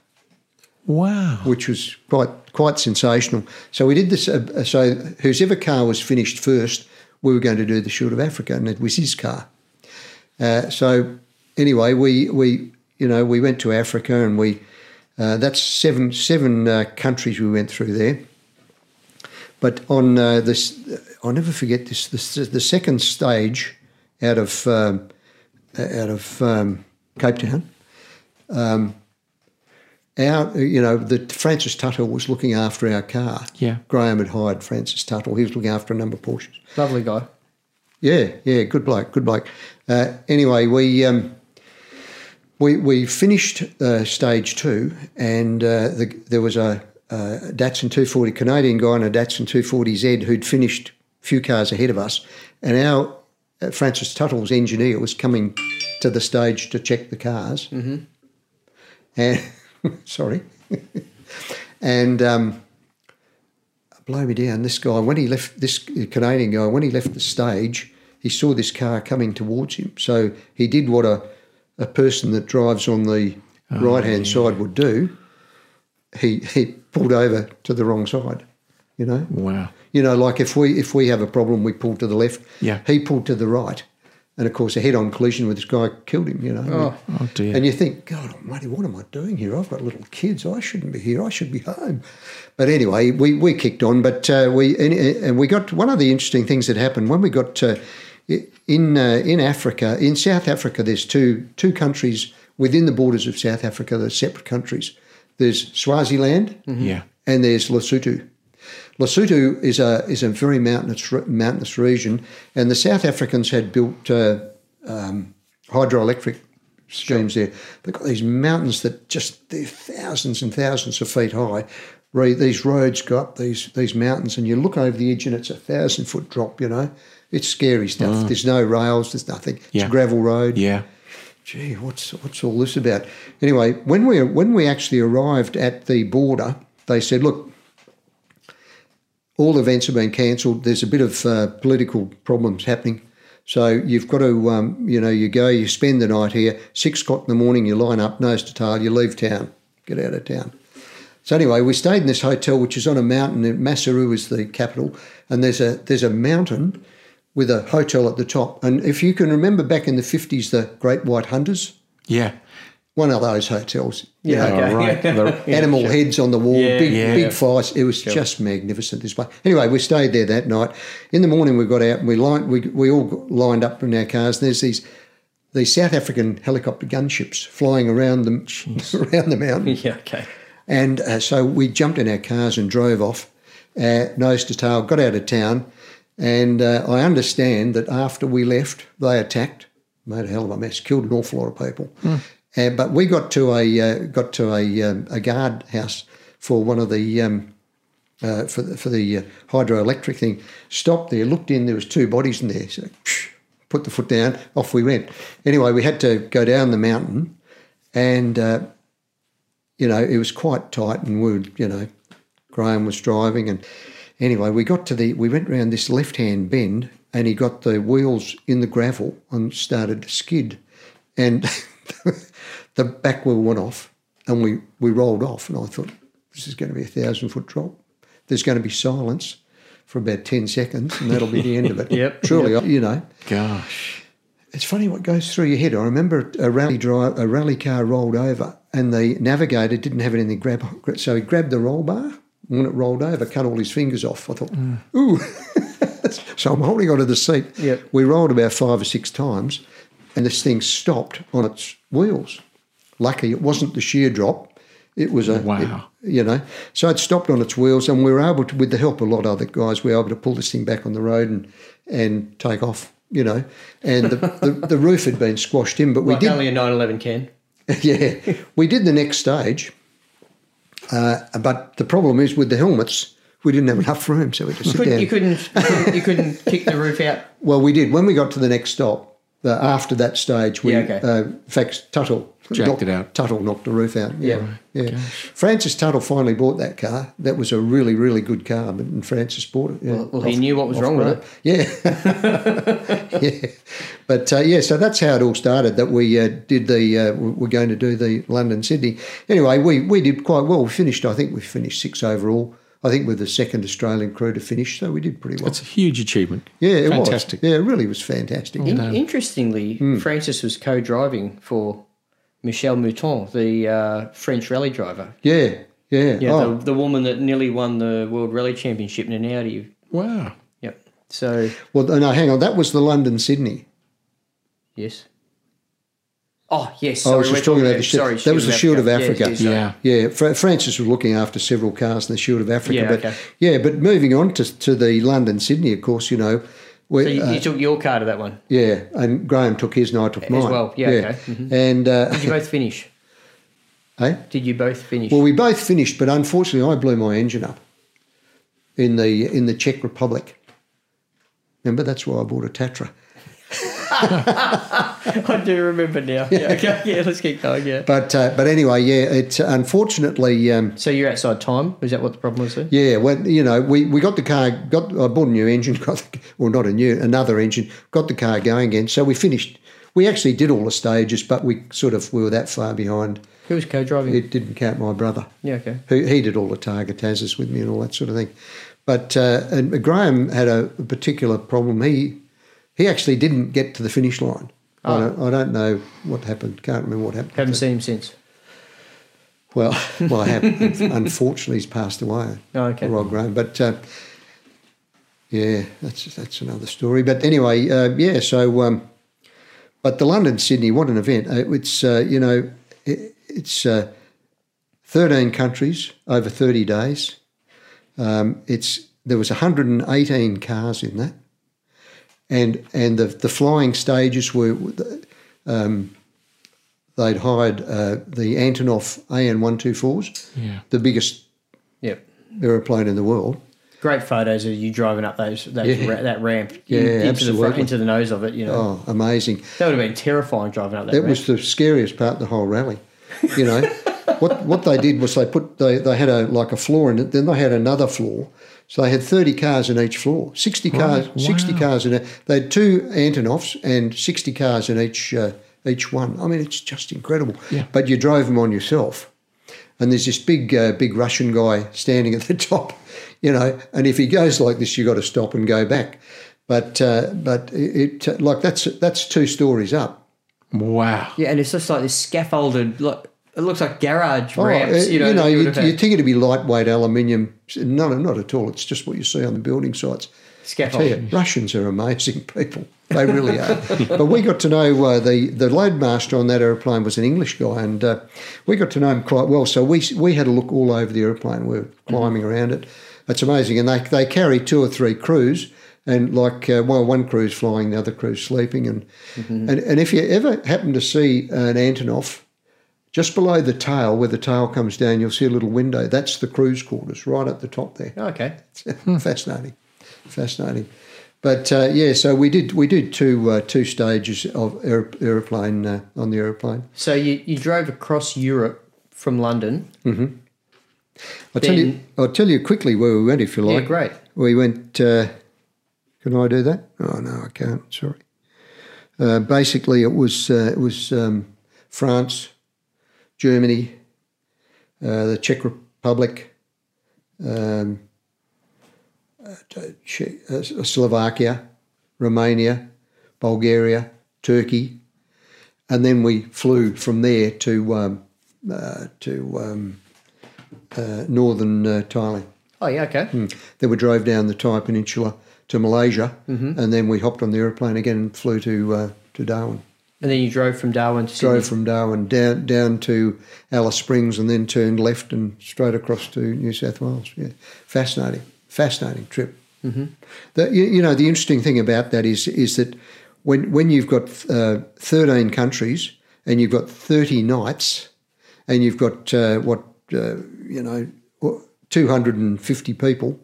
Wow.
which was quite quite sensational. So we did this. Uh, so whosever car was finished first, we were going to do the Shield of Africa, and it was his car. Uh, so anyway, we we you know we went to Africa, and we uh, that's seven seven uh, countries we went through there. But on uh, this, I'll never forget this. This the second stage out of um, out of um, Cape Town Um, our, you know, the Francis Tuttle was looking after our car.
Yeah.
Graham had hired Francis Tuttle. He was looking after a number of Porsches.
Lovely guy. *laughs*
Yeah, yeah, good bloke, good bloke. Uh, anyway, we um, we we finished uh, stage two, and uh, the, there was a, a Datsun 240 Canadian guy and a Datsun 240Z who'd finished a few cars ahead of us, and our uh, Francis Tuttle's engineer was coming to the stage to check the cars, mm-hmm. and *laughs* sorry, and. Um, blow me down. This guy, when he left, this Canadian guy, when he left the stage, he saw this car coming towards him. So he did what a, a person that drives on the
Oh,
right hand side would do. He he pulled over to the wrong side. You know,
Wow.
you know, like if we if we have a problem, we pull to the left.
Yeah.
he pulled to the right. And of course, a head-on collision with this guy killed him. You know.
Oh dear.
And you think, God Almighty, what am I doing here? I've got little kids. I shouldn't be here. I should be home. But anyway, we, we kicked on. But uh, we and, and we got one of the interesting things that happened when we got uh, in uh, in Africa, in South Africa. There's two two countries within the borders of South Africa. They're separate countries. There's Swaziland
yeah.
and there's Lesotho. Lesotho is a is a very mountainous re- mountainous region, and the South Africans had built uh, um, hydroelectric schemes there. They've got these mountains that just they're thousands and thousands of feet high. Re- These roads go up these these mountains, and you look over the edge, and it's a thousand foot drop. You know, it's scary stuff. There's no rails. There's nothing. It's
Yeah.
a gravel road
Yeah.
gee, what's what's all this about? Anyway, when we when we actually arrived at the border, they said, look, all events have been cancelled. There's a bit of uh, political problems happening. So you've got to, um, you know, you go, you spend the night here. Six o'clock in the morning, you line up nose to tail, you leave town, get out of town. So anyway, we stayed in this hotel, which is on a mountain. and Maseru is the capital, and there's a there's a mountain with a hotel at the top. And if you can remember back in the fifties, the Great White Hunters,
Yeah.
one of those hotels. you
Yeah,
know,
okay.
All right. The-
Animal heads on the wall,
Yeah,
big
yeah.
big fires. It was just magnificent. This place. Anyway, we stayed there that night. In the morning, we got out and we lined we, we all got lined up in our cars. And there's these these South African helicopter gunships flying around them *laughs* around the mountain.
Yeah, okay.
And uh, so we jumped in our cars and drove off, uh, nose to tail, got out of town. And uh, I understand that after we left, they attacked, made a hell of a mess, killed an awful lot of people. Uh, but we got to a uh, got to a um, a guard house for one of the um, uh, for the, for the uh, hydroelectric thing. Stopped there, looked in. There was two bodies in there. So psh, put the foot down. Off we went. Anyway, we had to go down the mountain, and uh, you know, it was quite tight and we were, you know, Graham was driving and anyway, we got to the, we went round this left-hand bend and he got the wheels in the gravel and started to skid and *laughs* the back wheel went off and we, we rolled off and I thought, this is going to be a thousand foot drop. There's going to be silence for about 10 seconds and that'll be the end of it.
*laughs* Yep.
Truly, you know
Gosh.
it's funny what goes through your head. I remember a rally drive, a rally car rolled over, and the navigator didn't have anything to grab, gra- so he grabbed the roll bar. And when it rolled over, cut all his fingers off. I thought, ooh. *laughs* so I'm holding onto the seat.
Yep.
We rolled about five or six times, and this thing stopped on its wheels. Lucky it wasn't the sheer drop. It was a
Wow.
it- you know, so it stopped on its wheels, and we were able to, with the help of a lot of other guys, we were able to pull this thing back on the road and and take off. You know, and the, the, the roof had been squashed in, but we
Like
did
only a 911 can.
*laughs* yeah, we did the next stage, uh, but the problem is with the helmets, we didn't have enough room, so we just sit
Couldn't,
down.
you couldn't. You couldn't, you couldn't kick the roof out.
Well, we did when we got to the next stop. Uh, after that stage, we
Yeah, okay.
uh, in fact Tuttle
Jacked
knocked,
it out.
Tuttle knocked the roof out.
Yeah.
yeah. Francis Tuttle finally bought that car. That was a really, really good car, but- and Francis bought it. yeah.
Well, he knew what was wrong with it.
Yeah. yeah. *laughs* But uh, yeah, so that's how it all started that we uh, did the, uh, we we're going to do the London Sydney. Anyway, we, we did quite well. We finished, I think we finished six overall. I think we're the second Australian crew to finish, so we did pretty well.
That's a huge achievement.
yeah, it
fantastic.
was. Yeah, it really was fantastic.
In- interestingly,
Hmm.
Francis was co-driving for Michel Mouton, the uh, French rally driver.
Yeah, yeah.
Yeah,
oh,
the, the woman that nearly won the World Rally Championship in an Audi.
Wow.
Yep. So
well, no, hang on. That was the London Sydney.
yes. Oh yes.
I
Sorry,
was
we're
just talking about the shield.
sorry,
that was the Shield of Africa.
Yes, yes, sorry.
Yeah.
Yeah, Fra- Francis was looking after several cars in the Shield of Africa.
Yeah,
but,
okay.
yeah, but moving on to, to the London Sydney, of course, you know, we,
So you,
uh,
you took your car to that one.
yeah, and Graham took his and I took mine
well, yeah, okay. mm-hmm.
and uh, *laughs*
Did you both finish?
hey?
Did you both finish?
well, we both finished, but unfortunately, I blew my engine up in the in the Czech Republic. Remember, that's why I bought a Tatra.
*laughs* I do remember
*laughs*
now. Yeah, okay. Yeah, let's keep going. Yeah.
But uh, but anyway, yeah, it's unfortunately. Um,
So you're outside time. Is that what the problem was? There?
Yeah, well, you know, we, we got the car, got I bought a new engine, *laughs* got the, well not a new, another engine, got the car going again. So we finished. We actually did all the stages, but we sort of we were that far behind.
Who was co-driving?
It didn't count my brother.
yeah. Okay.
Who he did all the target tasses with me and all that sort of thing. But uh, and Graham had a particular problem. He He actually didn't get to the finish line. I, don't, I don't know what happened. Can't remember what happened.
Haven't seen him since. *laughs*
Well, well, I have. Unfortunately, he's passed away.
Oh, okay.
Rod Graham, but uh, yeah, that's that's another story. But anyway, uh, yeah. So, um, but the London Sydney, what an event! Uh, It's uh, you know, it, it's uh, thirteen countries over thirty days. Um, it's there was one hundred and eighteen cars in that, and and the the flying stages were they'd hired uh, the Antonov AN one two fours, the biggest
Yep.
aeroplane in the world.
Great photos of you driving up those that, ra- that ramp in-
Yeah,
into the front,
absolutely.
into the nose of it. You know
Oh, amazing!
that would have been terrifying driving up that.
That
ramp.
was the scariest part of the whole rally. You know, what what they did was they put they, they had a like a floor in it. Then they had another floor, so they had thirty cars in each floor, sixty cars, sixty cars in it. They had two Antonovs and sixty cars in each uh, each one. I mean, it's just incredible.
Yeah.
But you drove them on yourself, and there's this big uh, big Russian guy standing at the *laughs* top, you know. And if he goes like this, you got to stop and go back. But uh, but it, it like that's that's two stories up.
Wow.
yeah, and it's just like this scaffolded. Look, it looks like garage
Oh,
ramps.
uh,
you know,
you
that you would
you
have had.
would think it'd be lightweight aluminium. No, no, not at all. It's just what you see on the building sites. I tell
scaffold.
you, Russians are amazing people. They really are. but we got to know uh, the the loadmaster on that aeroplane was an English guy, and uh, we got to know him quite well. So we we had a look all over the aeroplane. We were climbing around it. It's amazing, and they they carry two or three crews. And like uh, well, one crew's flying, the other crew's sleeping, and, and and if you ever happen to see an Antonov just below the tail, where the tail comes down, you'll see a little window. That's the crew's quarters, right at the top there.
Oh, Okay.
*laughs* fascinating, fascinating. But uh, yeah, so we did we did two uh, two stages of aer- aeroplane uh, on the aeroplane.
So you, you drove across Europe from London.
I'll tell you I'll tell you quickly where we went if you
Yeah,
like.
great.
We went. Uh, can I do that? Oh no, I can't. Sorry. Uh, basically, it was uh, it was um, France, Germany, uh, the Czech Republic, um, uh, Czech, uh, Slovakia, Romania, Bulgaria, Turkey, and then we flew from there to um, uh, to um, uh, northern uh, Thailand.
Oh yeah, okay.
Hmm. Then we drove down the Thai Peninsula to Malaysia, and then we hopped on the airplane again and flew to uh, to Darwin.
And then you drove from Darwin to Sydney.
Drove from Darwin down down to Alice Springs, and then turned left and straight across to New South Wales. Yeah, fascinating, fascinating trip. Mm-hmm. The, you, you know the interesting thing about that is is that when when you've got uh, thirteen countries and you've got thirty nights, and you've got uh, what uh, you know two hundred and fifty people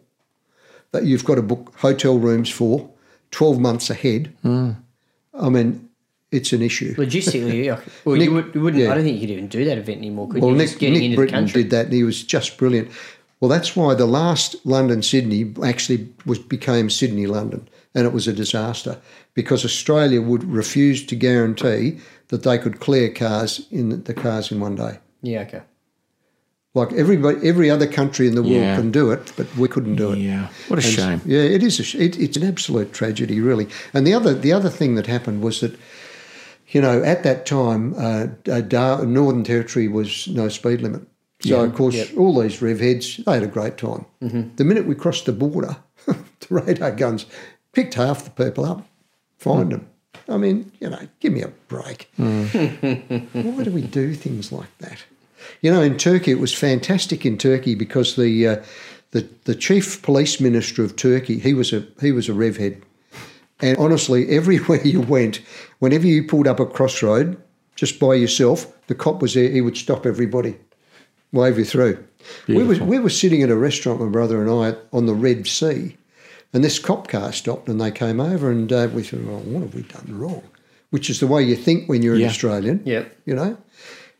that you've got to book hotel rooms for twelve months ahead. I mean, it's an issue. *laughs*
Logistically, yeah. Well,
Nick-
you, would, you wouldn't.
yeah.
I don't think you could even do that event anymore. Could
Well,
you?
Nick,
Just getting
Nick
into the
Britton
country.
did that, and he was just brilliant. Well, that's why the last London Sydney actually was became Sydney London, and it was a disaster because Australia would refuse to guarantee that they could clear cars in the cars in one day.
Yeah. Okay.
Like everybody, every other country in the world
Yeah.
can do it, but we couldn't do it.
Yeah. What a
And-
shame.
Yeah, it is. A sh- it, it's an absolute tragedy, really. And the other the other thing that happened was that, you know, at that time, uh, uh, Dar- Northern Territory was no speed limit. So of course, all these rev heads they had a great time. The minute we crossed the border, *laughs* the radar guns picked half the people up, fined them. I mean, you know, give me a break. Why do we do things like that? You know, in Turkey, it was fantastic in Turkey because the uh, the the chief police minister of Turkey he was a he was a rev head, and honestly, *laughs* everywhere you went, whenever you pulled up a crossroad just by yourself, the cop was there. He would stop everybody, wave you through. We were we were sitting at a restaurant, my brother and I, on the Red Sea, and this cop car stopped, and they came over, and uh, we thought, "Well, what have we done wrong?" Which is the way you think when you're an
Yeah.
Australian
Yep.
you know.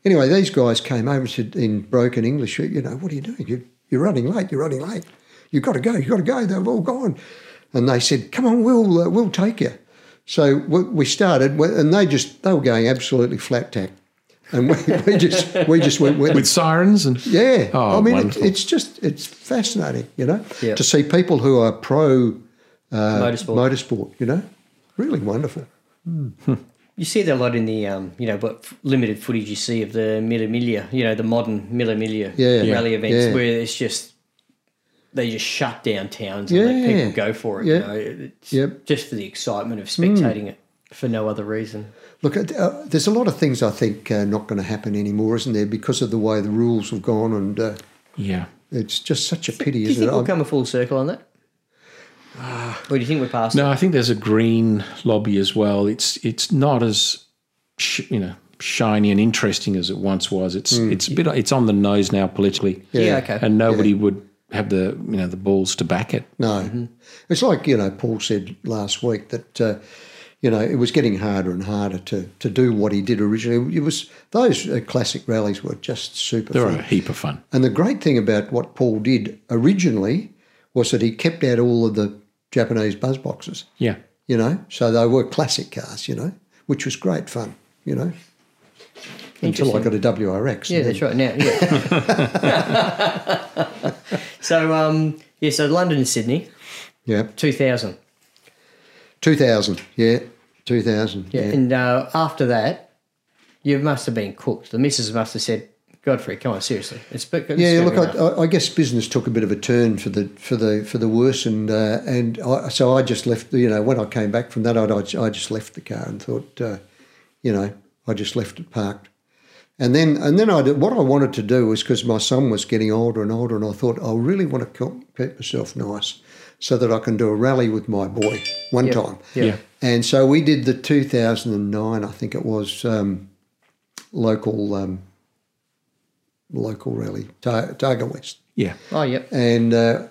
Anyway, these guys came over and said in broken English, you know, what are you doing? You, you're running late. You're running late. You've got to go. You've got to go. They've all gone. And they said, come on, we'll, uh, we'll take you. So we, we started we- and they just, they were going absolutely flat tack. And we, we just, we just went
*laughs*
with,
With
it.
sirens and
Yeah.
Oh,
I mean, it,
wonderful.
it's just, it's fascinating, you know,
Yeah.
to see people who are pro
Motorsport.
motorsport, you know. Really wonderful.
You see that a lot in the, um, you know, but f- limited footage you see of the Mille Miglia, you know, the modern Mille Miglia
Yeah. Yeah.
rally events
Yeah.
where it's just, they just shut down towns and let people
Yeah.
go for it,
Yeah.
you know, it's
Yep. Hmm.
just for the excitement of spectating it for no other reason.
Look, uh, there's a lot of things I think are not going to happen anymore, isn't there? Because of the way the rules have gone, and uh,
Yeah.
it's just such a pity,
Do you
isn't
think
it? Ah.
we'll
I'm-
come a full circle on that? or do you think we're past
No, I think there's a green lobby as well. It's it's not as sh- you know shiny and interesting as it once was. It's
Hmm.
it's a bit it's on the nose now politically.
it? Yeah, okay.
and nobody would have the you know the balls to back it.
No, it's like you know Paul said last week that uh, you know it was getting harder and harder to to do what he did originally. It was those uh, classic rallies were just super
They're
fun.
a heap of fun.
And the great thing about what Paul did originally was that he kept out all of the Japanese buzz boxes.
Yeah,
You know, so they were classic cars. You know, which was great fun. You know. Until I got a WRX.
Yeah,
and
that's right. Now,
*laughs*
yeah. *laughs* so, um, yeah, so London and Sydney,
then- Yeah.
2000.
2000. Yeah. 2000.
Yeah. And uh, after that, you must have been cooked. The missus must have said, Godfrey, come on, seriously. It's, it's good
Yeah, look,
enough."
I, I- I guess business took a bit of a turn for the for the for the worse, and uh, and I, so I just left. You know, when I came back from that, I'd, I ju- I just left the car and thought, uh, you know, I just left it parked. And then and then I did, what I wanted to do was because my son was getting older and older, and I thought I really want to keep, keep myself nice so that I can do a rally with my boy one time.
yeah,
And so we did the 2009, I think it was, um, local um, local rally, Ta- Targa West.
yeah.
oh, yep.
And, uh,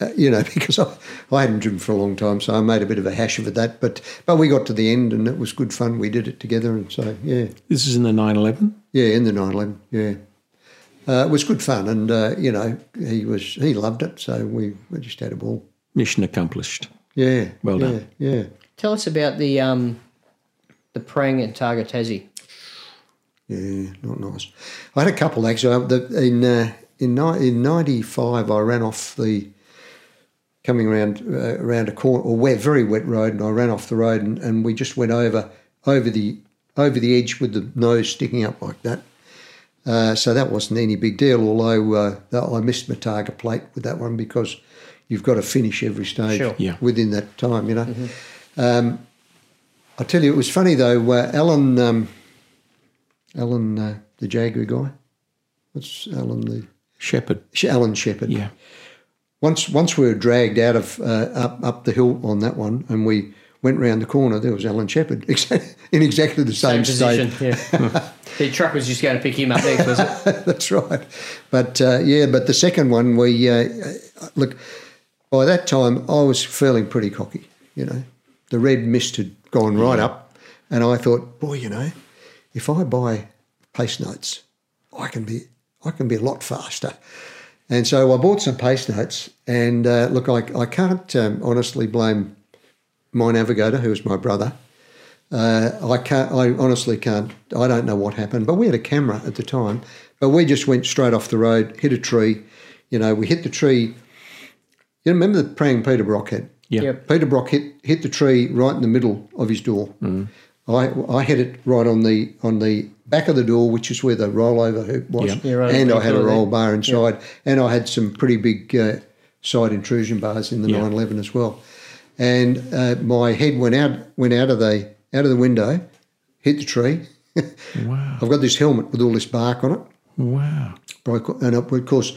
uh, you know, *laughs* because I, I hadn't driven for a long time, so I made a bit of a hash of it that. But but we got to the end and it was good fun. We did it together. And so, yeah,
This is in the 911.
yeah, in the 911, yeah. Uh, it was good fun, and uh, you know he was he loved it, so we, we just had a ball.
Mission accomplished.
Yeah,
Well
yeah,
done.
Yeah,
Tell us about the um, the Prang and Targa Tassie.
Yeah, not nice. I had a couple actually. I- The, in uh, in ni- in '95, I ran off the coming around uh, around a corner, or wet, very wet road, and I ran off the road, and, and we just went over over the over the edge with the nose sticking up like that. Uh, so that wasn't any big deal, although uh, that I missed my target plate with that one because you've got to finish every stage
Sure.
Yeah.
within that time, you know. Um, I tell you, it was funny though. Uh, Alan, um, Alan, uh, the Jaguar guy. What's Alan the
Shepherd.
Sh- Alan Shepherd?
Yeah,
Once, once we were dragged out of uh, up up the hill on that one, and we went round the corner. There was Alan Shepherd *laughs* exact- in exactly the same, state.
Yeah. the truck was just going to pick him up next, was it?
*laughs* That's right. But uh, yeah, but the second one, we uh, look. By that time, I was feeling pretty cocky. You know, the red mist had gone right up, and I thought, boy, you know, if I buy pace notes, I can be I can be a lot faster. And so I bought some pace notes, and uh, look, I, I can't um, honestly blame my navigator, who was my brother. Uh, I can't. I honestly can't. I don't know what happened, but we had a camera at the time. But we just went straight off the road, hit a tree. You know, we hit the tree. You remember the praying Peter Brock had?
yeah,
Yep.
Peter Brock hit hit the tree right in the middle of his door. I I hit it right on the on the back of the door, which is where the rollover hoop was,
Yep.
Yeah, right
and
at
I
the
had a
door
roll
there.
bar inside, and I had some pretty big uh, side intrusion bars in the
Yeah.
911 as well. And uh, my head went out went out of the out of the window, hit the tree. *laughs*
Wow,
I've got this helmet with all this bark on it
wow.
broke and up. Of course,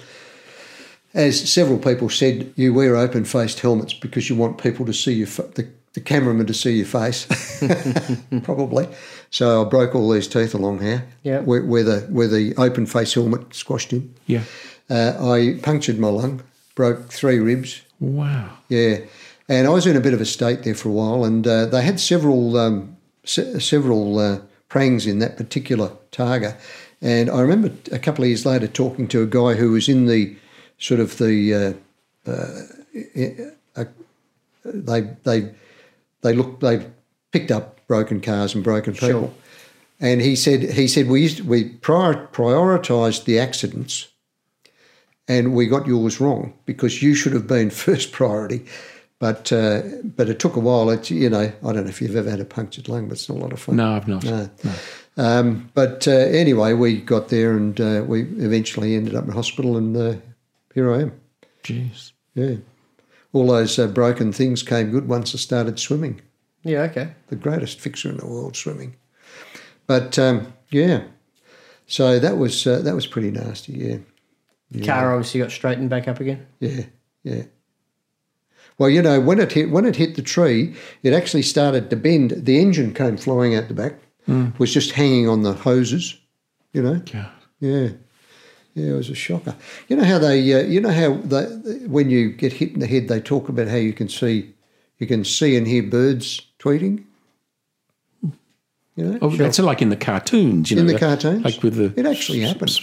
as several people said, you wear open faced helmets because you want people to see your fa- the, the cameraman to see your face, *laughs* probably. So I broke all these teeth along here,
Yeah.
where, where the where the open face helmet squashed in.
Yeah,
Uh, I punctured my lung, broke three ribs.
wow.
Yeah, and I was in a bit of a state there for a while, and uh, they had several um, se- several uh, prangs in that particular targa, and I remember a couple of years later talking to a guy who was in the sort of the uh, they they they looked they picked up broken cars and broken people,
Sure.
and he said he said we used we prior, prioritised the accidents, *laughs* and we got yours wrong because you should have been first priority. But uh, but it took a while. It's you know I don't know if you've ever had a punctured lung, but it's not a lot of fun.
No, I've not.
No. Um, but uh, anyway, we got there and uh, we eventually ended up in hospital, and uh, here I am.
Jeez.
Yeah. All those uh, broken things came good once I started swimming.
Yeah, okay.
The greatest fixer in the world, swimming. But um, yeah, so that was uh, that was pretty nasty. Yeah,
Car obviously got straightened back up again.
yeah, yeah. Well, you know, when it hit when it hit the tree, it actually started to bend. The engine came flying out the back. Was just hanging on the hoses, you know.
Yeah.
Yeah, yeah, it was a shocker. You know how they, uh, you know how they, when you get hit in the head, they talk about how you can see, you can see and hear birds tweeting. You know,
Oh, that's like in the cartoons, you know.
in the
like-
cartoons,
Like with the.
it actually happened.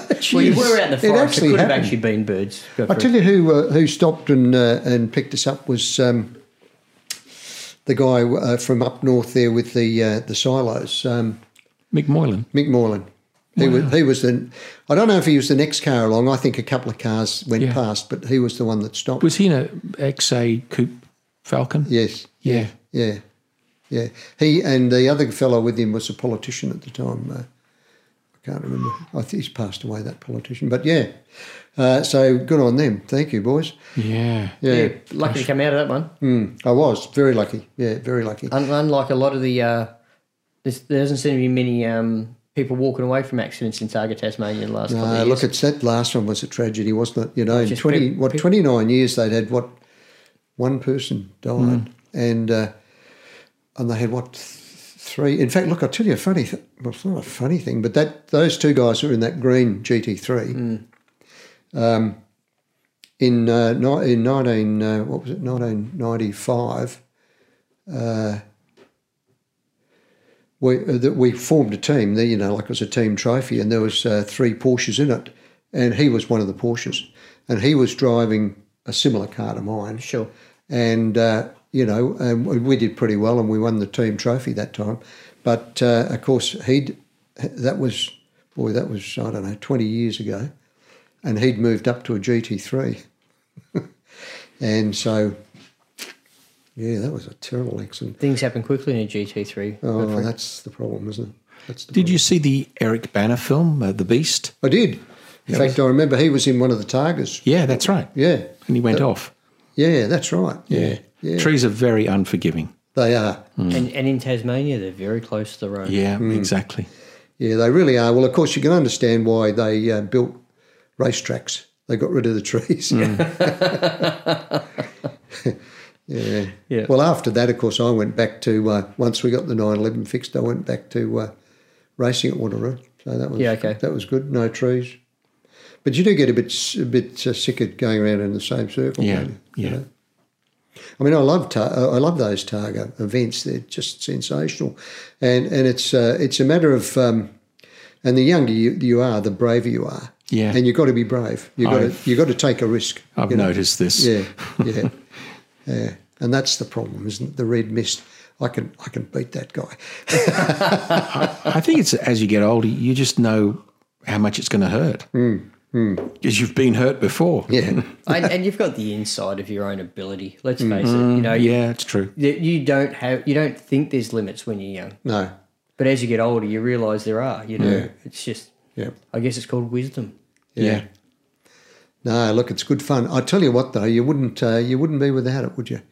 *laughs* Well, you were out in the
It
forest. It,
actually
could have
happened.
actually been birds. Go
I
for it.
tell you who uh, who stopped and uh, and picked us up was um, the guy uh, from up north there with the uh, the silos. Um,
Mick Moylan.
Mick Moylan. He was he was the I don't know if he was the next car along. I think a couple of cars went
Yeah.
past, but he was the one that stopped.
Was he in a XA Coupe Falcon?
yes,
Yeah.
yeah, yeah. He and the other fellow with him was a politician at the time. Uh, I can't remember. I think he's passed away that politician, but yeah. Uh, so good on them. Thank you, boys.
Yeah.
Yeah,
yeah, lucky to come out of that one.
Mm, I was very lucky. Yeah, very lucky.
Un- unlike a lot of the, uh, there's, there doesn't seem to be many um, people walking away from accidents in Targa, Tasmania in the last couple
Uh,
of years.
look, it's that last one was a tragedy, wasn't it? You know, in
Just
twenty
peop-
what
peop-
twenty nine years they'd had what one person died,
Mm.
and uh, and they had what th- three. In fact, look, I'll tell you a funny. Th- well, it's not a funny thing, but that those two guys who were in that green GT three.
Mm.
Um, in uh, ni- in nineteen uh, what was it nineteen ninety five. we uh, that we formed a team there, you know, like it was a team trophy, and there was uh, three Porsches in it, and he was one of the Porsches, and he was driving a similar car to mine,
sure.
and uh, you know, um, we did pretty well, and we won the team trophy that time, but uh, of course he'd that was boy that was I don't know twenty years ago, and he'd moved up to a GT three, *laughs* and so. Yeah, that was a terrible accident.
Things happen quickly in a GT3.
Oh, that's the problem, isn't it? That's the
Did you see the Eric Banner film, uh, The Beast?
I did. In fact, I remember he was in one of the Targas.
Yeah, that's right.
Yeah,
And he went off.
Uh, yeah, that's right.
Yeah. Trees are very unforgiving.
They are.
And, and in Tasmania, they're very close to the road.
Yeah,
Mm.
exactly.
Yeah, they really are. Well, of course, you can understand why they uh, built racetracks. They got rid of the trees. *laughs* yeah.
Mm. *laughs* Yeah.
Well, after that, of course, I went back to uh, once we got the 911 fixed. I went back to uh, racing at Wanneroo. So that was
Yeah, okay.
That was good. No trees. But you do get a bit s- a bit uh, sick of going around in the same circle.
Yeah,
don't you?
yeah.
You know? I mean, I love tar- I love those Targa events. They're just sensational, and and it's uh, it's a matter of um, and the younger you, you are, the braver you are.
Yeah.
and you've got to be brave. You got to
I've-
you got to take a risk.
I've
you know?
noticed this.
Yeah,
*laughs*
yeah, yeah. And that's the problem, isn't it? The red mist. I can I can beat that guy.
I think it's as you get older, you just know how much it's going to hurt. Because you've been hurt before.
Mm, Yeah,
and, and you've got the inside of your own ability. Let's face it. You know,
*laughs* Yeah, it's true.
you, you don't have, you don't think there's limits when you're young,
no,
but as you get older, you realise there are. You know,
Yeah.
it's just,
yeah.
I guess it's called wisdom.
Yeah.
No, look, it's good fun. I tell you what, though, you wouldn't uh, you wouldn't be without it, would you?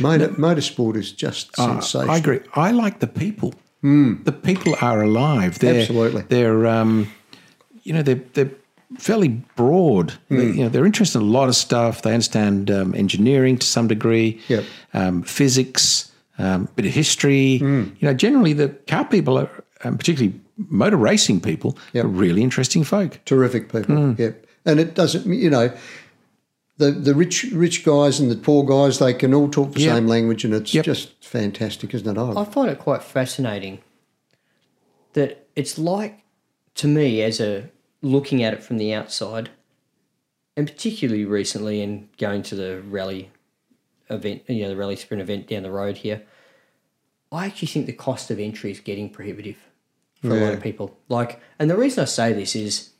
Motor, Motorsport is just sensational.
Uh, Ah, I agree. I like the people. The people are alive. They're,
Hmm. Absolutely.
They're, um, you know, they're, they're fairly broad. They,
Hmm.
you know, they're interested in a lot of stuff. They understand um, engineering to some degree,
Yep.
um, physics, um, bit of history.
Hmm.
You know, generally the car people are, um, particularly motor racing people,
Yep.
are really interesting folk.
terrific people.
Hmm.
Yep. And it doesn't, you know, the the rich rich guys and the poor guys, they can all talk the
Yeah.
same language, and it's
Yep.
just fantastic, isn't it?
I
Oh,
find it quite fascinating that it's like to me as a looking at it from the outside, and particularly recently in going to the rally event, you know, the rally sprint event down the road here. I actually think the cost of entry is getting prohibitive for a lot of people. Like, and the reason I say this is,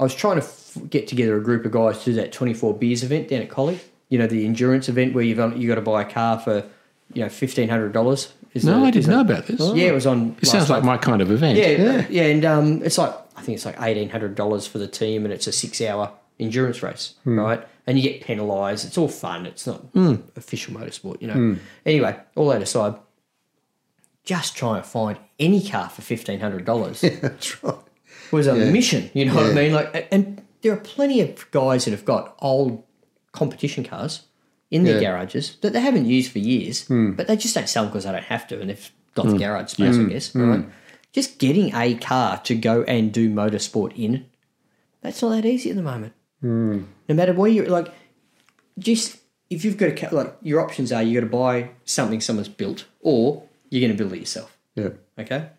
I was trying to f- get together a group of guys to do that twenty four beers event down at Collie. you know the endurance event where you've on, you got to buy a car for you know fifteen hundred dollars.
No, I didn't know about this.
Oh.
Yeah, it was on.
It sounds like my kind of event.
yeah, yeah, and um, it's like I think it's like eighteen hundred dollars for the team, and it's a six-hour endurance race, right? And you get penalised. It's all fun. It's not official motorsport, you know. Anyway, all that aside, just trying to find any car for fifteen hundred dollars
*laughs* That's right.
was a mission. You know what I mean? Like, and there are plenty of guys that have got old competition cars in their
Yeah.
garages that they haven't used for years, but they just don't sell because they don't have to, and they've got the garage space, I guess. Right? Just getting a car to go and do motorsport in, that's not that easy at the moment. No matter where you're, like, just if you've got a car, like your options are you got to buy something someone's built, or you're going to build it yourself.
Yeah.
Okay.
Are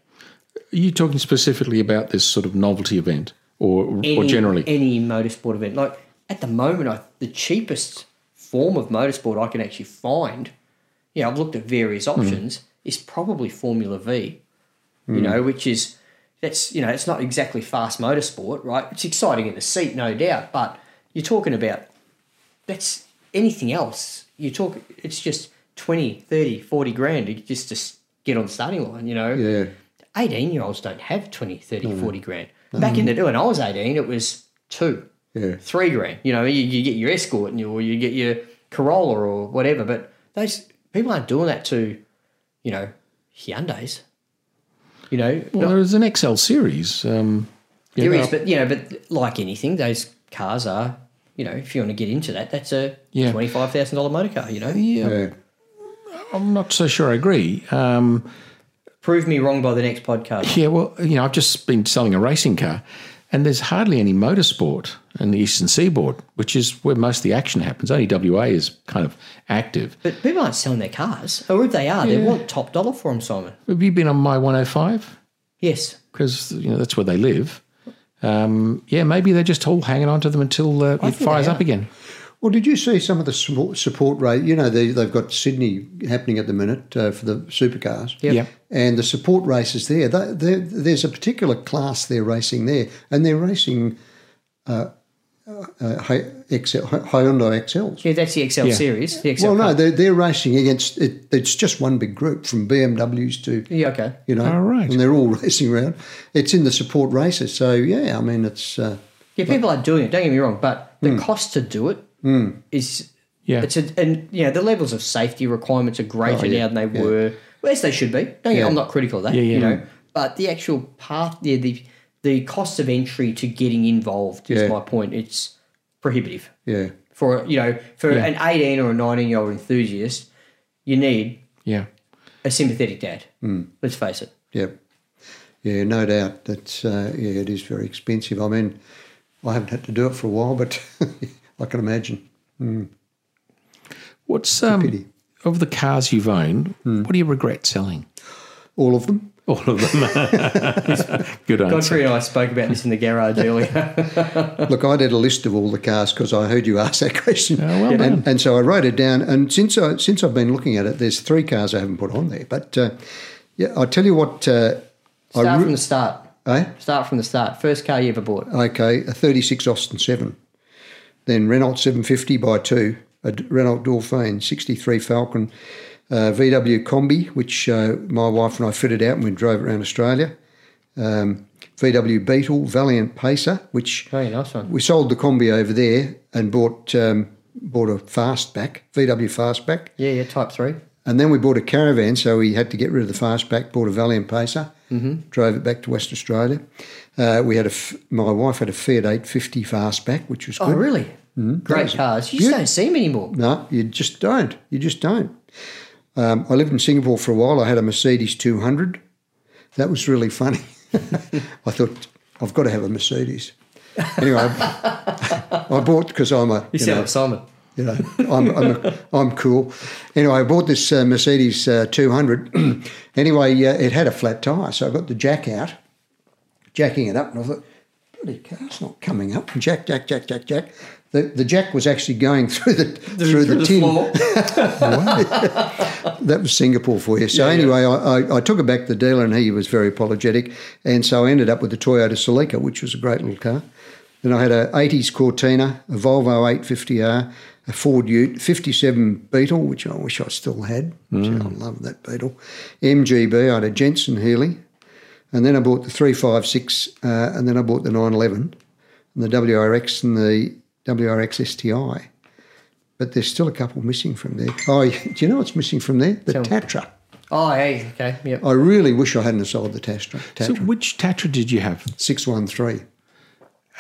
you talking specifically about this sort of novelty event or, or
any-
generally?
any motorsport event. Like at the moment, I, the cheapest form of motorsport I can actually find, you know, I've looked at various
Hmm.
options, is probably Formula V. You know, which is that's you know, it's not exactly fast motorsport, right? It's exciting in the seat, no doubt, but you're talking about that's anything else. You talk, it's just 20, 30, 40 grand to- just to s- get on the starting line, you know?
Yeah.
18 year olds don't have 20, 30,
Mm.
40 grand. Back in the day when I was 18, it was two,
Yeah.
three grand. You know, you, you get your escort and you, or you get your Corolla or whatever, but those people aren't doing that to, you know, Hyundais. You know,
Well, there was an XL series. Um, you
there
know,
is, but you know, but like anything, those cars are, you know, if you want to get into that, that's a
Yeah.
twenty-five thousand dollar motor car. You know,
yeah, I'm not so sure I agree. Um,
prove me wrong by the next podcast.
yeah, well, you know, I've just been selling a racing car, and there's hardly any motorsport in the eastern seaboard, which is where most of the action happens. Only WA is kind of active.
But people aren't selling their cars, or if they are, they want top dollar for them, Simon.
Have you been on my 105?
Yes,
Because you know that's where they live. Um, yeah, maybe they're just all hanging on to them until uh, it
think they
fires
are.
up again.
Well, did you see some of the support, support rate? You know, they, they've got Sydney happening at the minute uh, for the supercars.
Yep.
Yeah.
And the support races there, they, they, there's a particular class they're racing there, and they're racing uh, uh, Hy- XL, Hyundai XLs.
yeah, that's the XL
Yeah.
series. The XL
Well, no,
car.
they're, they're racing against it, it's just one big group from BMWs to
yeah, okay.
you know,
All right.
and they're all *laughs* racing around. It's in the support races, so yeah, I mean, it's uh,
Yeah, people are doing it. Don't get me wrong, but
Hmm.
the cost to do it is
Yeah.
It's a, and you know the levels of safety requirements are greater
Oh, yeah,
now than they
yeah.
were, well, as they should be. Don't get,
Yeah.
I'm not critical of that.
Yeah, yeah.
You know, but the actual path, the the the cost of entry to getting involved
Yeah.
is my point. It's prohibitive
yeah,
for you know for an 18 or a 19 year old enthusiast. You need
Yeah.
a sympathetic dad.
Hmm.
Let's face it.
yeah, yeah, no doubt. That's uh, yeah, it is very expensive. I mean, I haven't had to do it for a while, but *laughs* I can imagine.
What's um,
pity.
of the cars you've owned? What do you regret selling?
All of
*laughs*
them.
All of them. Good answer.
Godfrey and I spoke about this in the garage
*laughs*
earlier.
Look, I did a list of all the cars because I heard you *laughs* ask that question.
Oh, well done.
and, and so I wrote it down. And since I since I've been looking at it, there's three cars I haven't put on there. But uh, yeah, I tell you what, uh, I
Start
re-
from the start.
eh?
Start from the start. First car you ever bought.
okay, a 36 Austin 7, then Renault 750 by 2, a D- Renault Dauphine 63 Falcon, uh, VW Combi, which uh, my wife and I fitted out and we drove it around Australia, um, VW Beetle, Valiant Pacer, which
Very nice one.
we sold the Combi over there and bought, um, bought a Fastback, VW Fastback,
Yeah, yeah, type three.
and then we bought a caravan, so we had to get rid of the fastback, bought a Valiant Pacer,
Mm-hmm.
drove it back to West Australia. Uh, we had a, f- my wife had a Fiat 850 fastback, which was
Oh,
good.
really? Great cars. You just don't see them anymore.
No, you just don't. You just don't. Um, I lived in Singapore for a while. I had a Mercedes 200. That was really funny. *laughs* I thought, I've got to have a Mercedes. Anyway, I I *laughs* bought because I'm a
You
you
sound
know,
like Simon.
you know, I'm, I'm, I'm cool. Anyway, I bought this uh, Mercedes uh, 200. *clears throat* anyway, uh, it had a flat tyre, so I got the jack out, jacking it up, and I thought, bloody car's not coming up. Jack, jack, jack, jack, jack. The, the jack was actually going *laughs* through the through, the, tin. That was Singapore for you. So anyway, I, I, I took it back to the dealer, and he was very apologetic, and so I ended up with the Toyota Celica, which was a great little car. Then I had a 80s Cortina, a Volvo 850R, a Ford Ute, 57 Beetle, which I wish I still had. Gee, I love that Beetle. MGB, I had a Jensen Healy. And then I bought the 356, uh, and then I bought the 911, and the WRX, and the WRX STI. But there's still a couple missing from there. Oh, *laughs* do you know what's missing from there? The
Tell me.
Tatra.
Oh, hey, okay, yep.
I really wish I hadn't sold the Tatra.
So
Tatra.
which Tatra did you have?
613.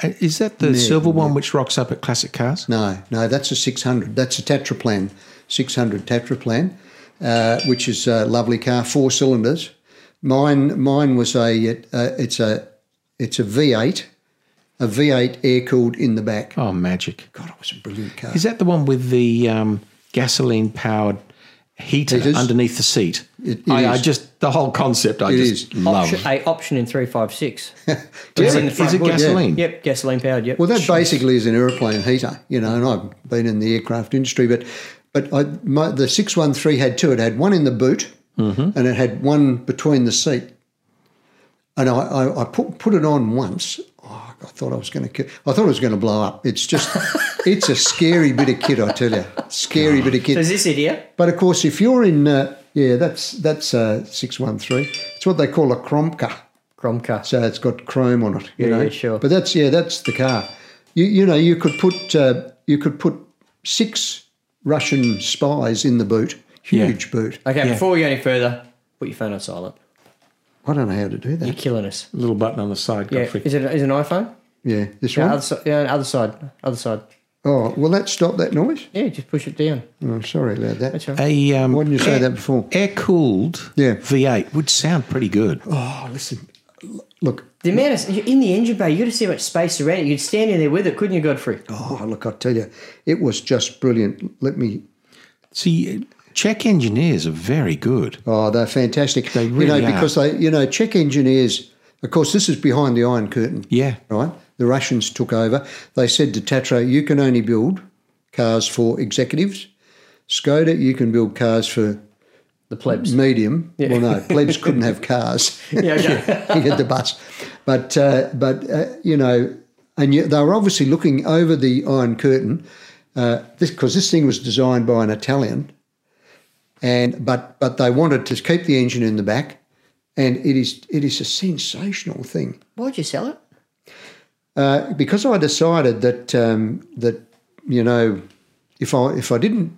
Uh, Is that the silver one which rocks up at classic cars?
No, no, that's a 600. That's a Tetraplan, 600 Tetraplan, uh, which is a lovely car, four cylinders. Mine, mine was a, uh, it's a, it's a V8, a V8 air cooled in the back.
Oh, magic!
God, it was a brilliant car.
Is that the one with the um, gasoline powered heater
It is.
underneath the seat?
It- it
I, I
is.
just the whole concept. I
It
just
is.
love.
Option, a option in 356.
Is
It's
it,
in the front
is it
boot.
gasoline?
Yep, gasoline powered, yep.
Well, that basically is an aeroplane heater, you know, and I've been in the aircraft industry, but but I, my, the 613 had two. It had one in the boot and it had one between the seat. And I, I, I put, put it on once. Oh, I thought I was going to, I thought it was going to blow up. It's just, it's a scary bit of kit, I tell you. Scary bit of kit.
Is this it here?
But of course, if you're in, uh, yeah, that's that's uh, 613. It's what they call a Kromka.
Cromcar.
So it's got chrome on it, you
Yeah,
know.
yeah, sure.
But that's yeah, that's the car. You you know you could put uh, you could put six Russian spies in the boot, huge boot.
Okay,
Yeah.
before we go any further, put your phone on silent.
I don't know how to do that.
You're killing us.
Little button on the side.
Yeah,
Godfrey.
is it is it an iPhone?
Yeah, this
Yeah,
one.
other side. Yeah, other side. Other side.
Oh, will that stop that noise?
Yeah, just push it down.
Oh, sorry about that.
That's right.
A um,
Why didn't you say
air, *clears throat*
that before?
cooled
Yeah.
V8 would sound pretty good.
Oh, listen, l- look.
The amount of in the engine bay, you got to see how much space around it. You'd stand in there with it, couldn't you, Godfrey?
Oh, look, I tell you, it was just brilliant. Let me.
See, Czech engineers are very good.
Oh, they're fantastic. They
really
you know,
are.
because they, you know, Czech engineers. Of course, this is behind the Iron Curtain.
Yeah.
right? The Russians took over. They said to Tatra, you can only build cars for executives. Skoda, you can build cars for
The plebs. *laughs*
medium. Well, no, plebs couldn't have cars.
Yeah, okay.
*laughs* you had the bus. But, uh, but uh, you know, and yet they were obviously looking over the Iron Curtain because this, 'cause this thing was designed by an Italian. And but but they wanted to keep the engine in the back, and it is it is a sensational thing.
Why'd you sell it?
Uh, because I decided that um, that you know if I if I didn't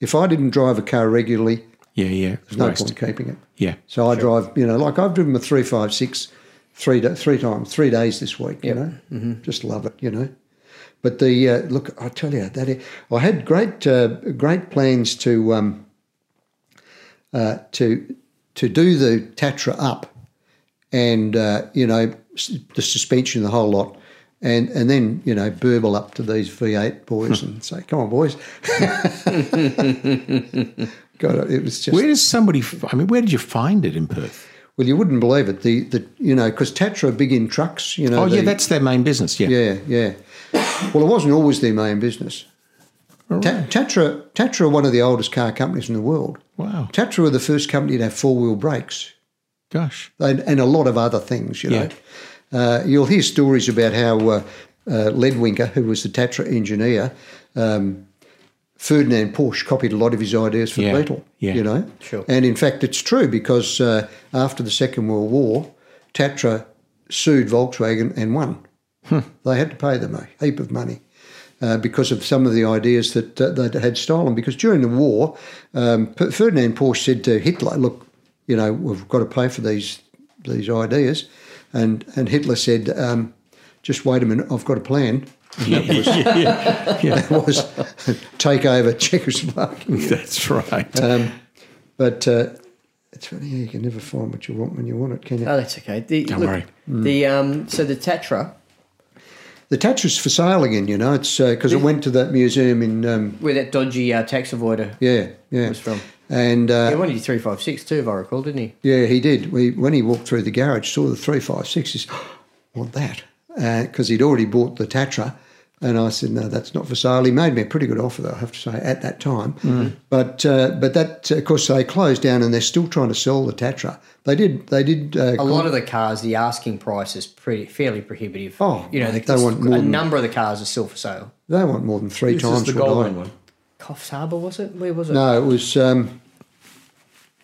if I didn't drive a car regularly,
Yeah, yeah.
there's no
Waste.
point keeping it.
Yeah.
So I drive, you know, like I've driven a three five six, three da- three times, three days this week. You know, just love it. You know, but the uh, look, I tell you that i I had great uh, great plans to um, uh, to to do the Tatra up, and uh, you know s- the suspension, the whole lot. And, and then you know burble up to these V8 boys and say, "Come on, boys!" *laughs* God, it was just
Where does somebody? f- I mean, where did you find it in Perth?
Well, you wouldn't believe it. The the you know because Tatra are big in trucks. You know.
Oh, yeah,
the-
that's their main business. Yeah.
yeah yeah. Well, it wasn't always their main business. Ta- Tatra Tatra are one of the oldest car companies in the world.
Wow.
Tatra were the first company to have four wheel brakes
*laughs* Gosh.
and, and a lot of other things. You know, uh, you'll hear stories about how uh, uh, Ledwinker, who was the Tatra engineer, um, Ferdinand Porsche copied a lot of his ideas for
Yeah,
Beetle.
yeah.
you know,
Sure.
And in fact, it's true because uh, after the Second World War, Tatra sued Volkswagen and won. They had to pay them a heap of money. Uh, because of some of the ideas that uh, they had stolen. Because during the war, um, P- Ferdinand Porsche said to Hitler, "Look, you know, we've got to pay for these these ideas," and and Hitler said, um, "Just wait a minute, I've got a plan."
*laughs*
*laughs* That was, take over Czechoslovakia.
That's right.
um, But uh, it's funny how you can never find what you want when you want it, can you?
Oh, that's okay. The,
Don't worry.
The um, so the Tatra
The Tatra's for sale again, you know. It's because it went to that museum in um,
where that dodgy uh, tax avoider.
yeah yeah.
was from.
And uh,
He wanted you three five six too, if I recall, didn't he?
Yeah, he did. We, when he walked through the "Oh, Uh, garage, saw the 356, he said, want that? Because he'd already bought the Tatra And I said, no, that's not for sale. He made me a pretty good offer, though, I have to say, at that time.
Mm-hmm.
But uh, but that, of course, they closed down, and they're still trying to sell the Tatra. They did. They did. Uh,
A lot of the cars, the asking price is pretty fairly prohibitive.
Oh,
you know, the,
mate, they want more
a
than-
number of the cars are still for sale.
they want more than three
This
times
is the
what I-
golden one.
Coffs Harbour was it? Where was it?
No, it was. Um,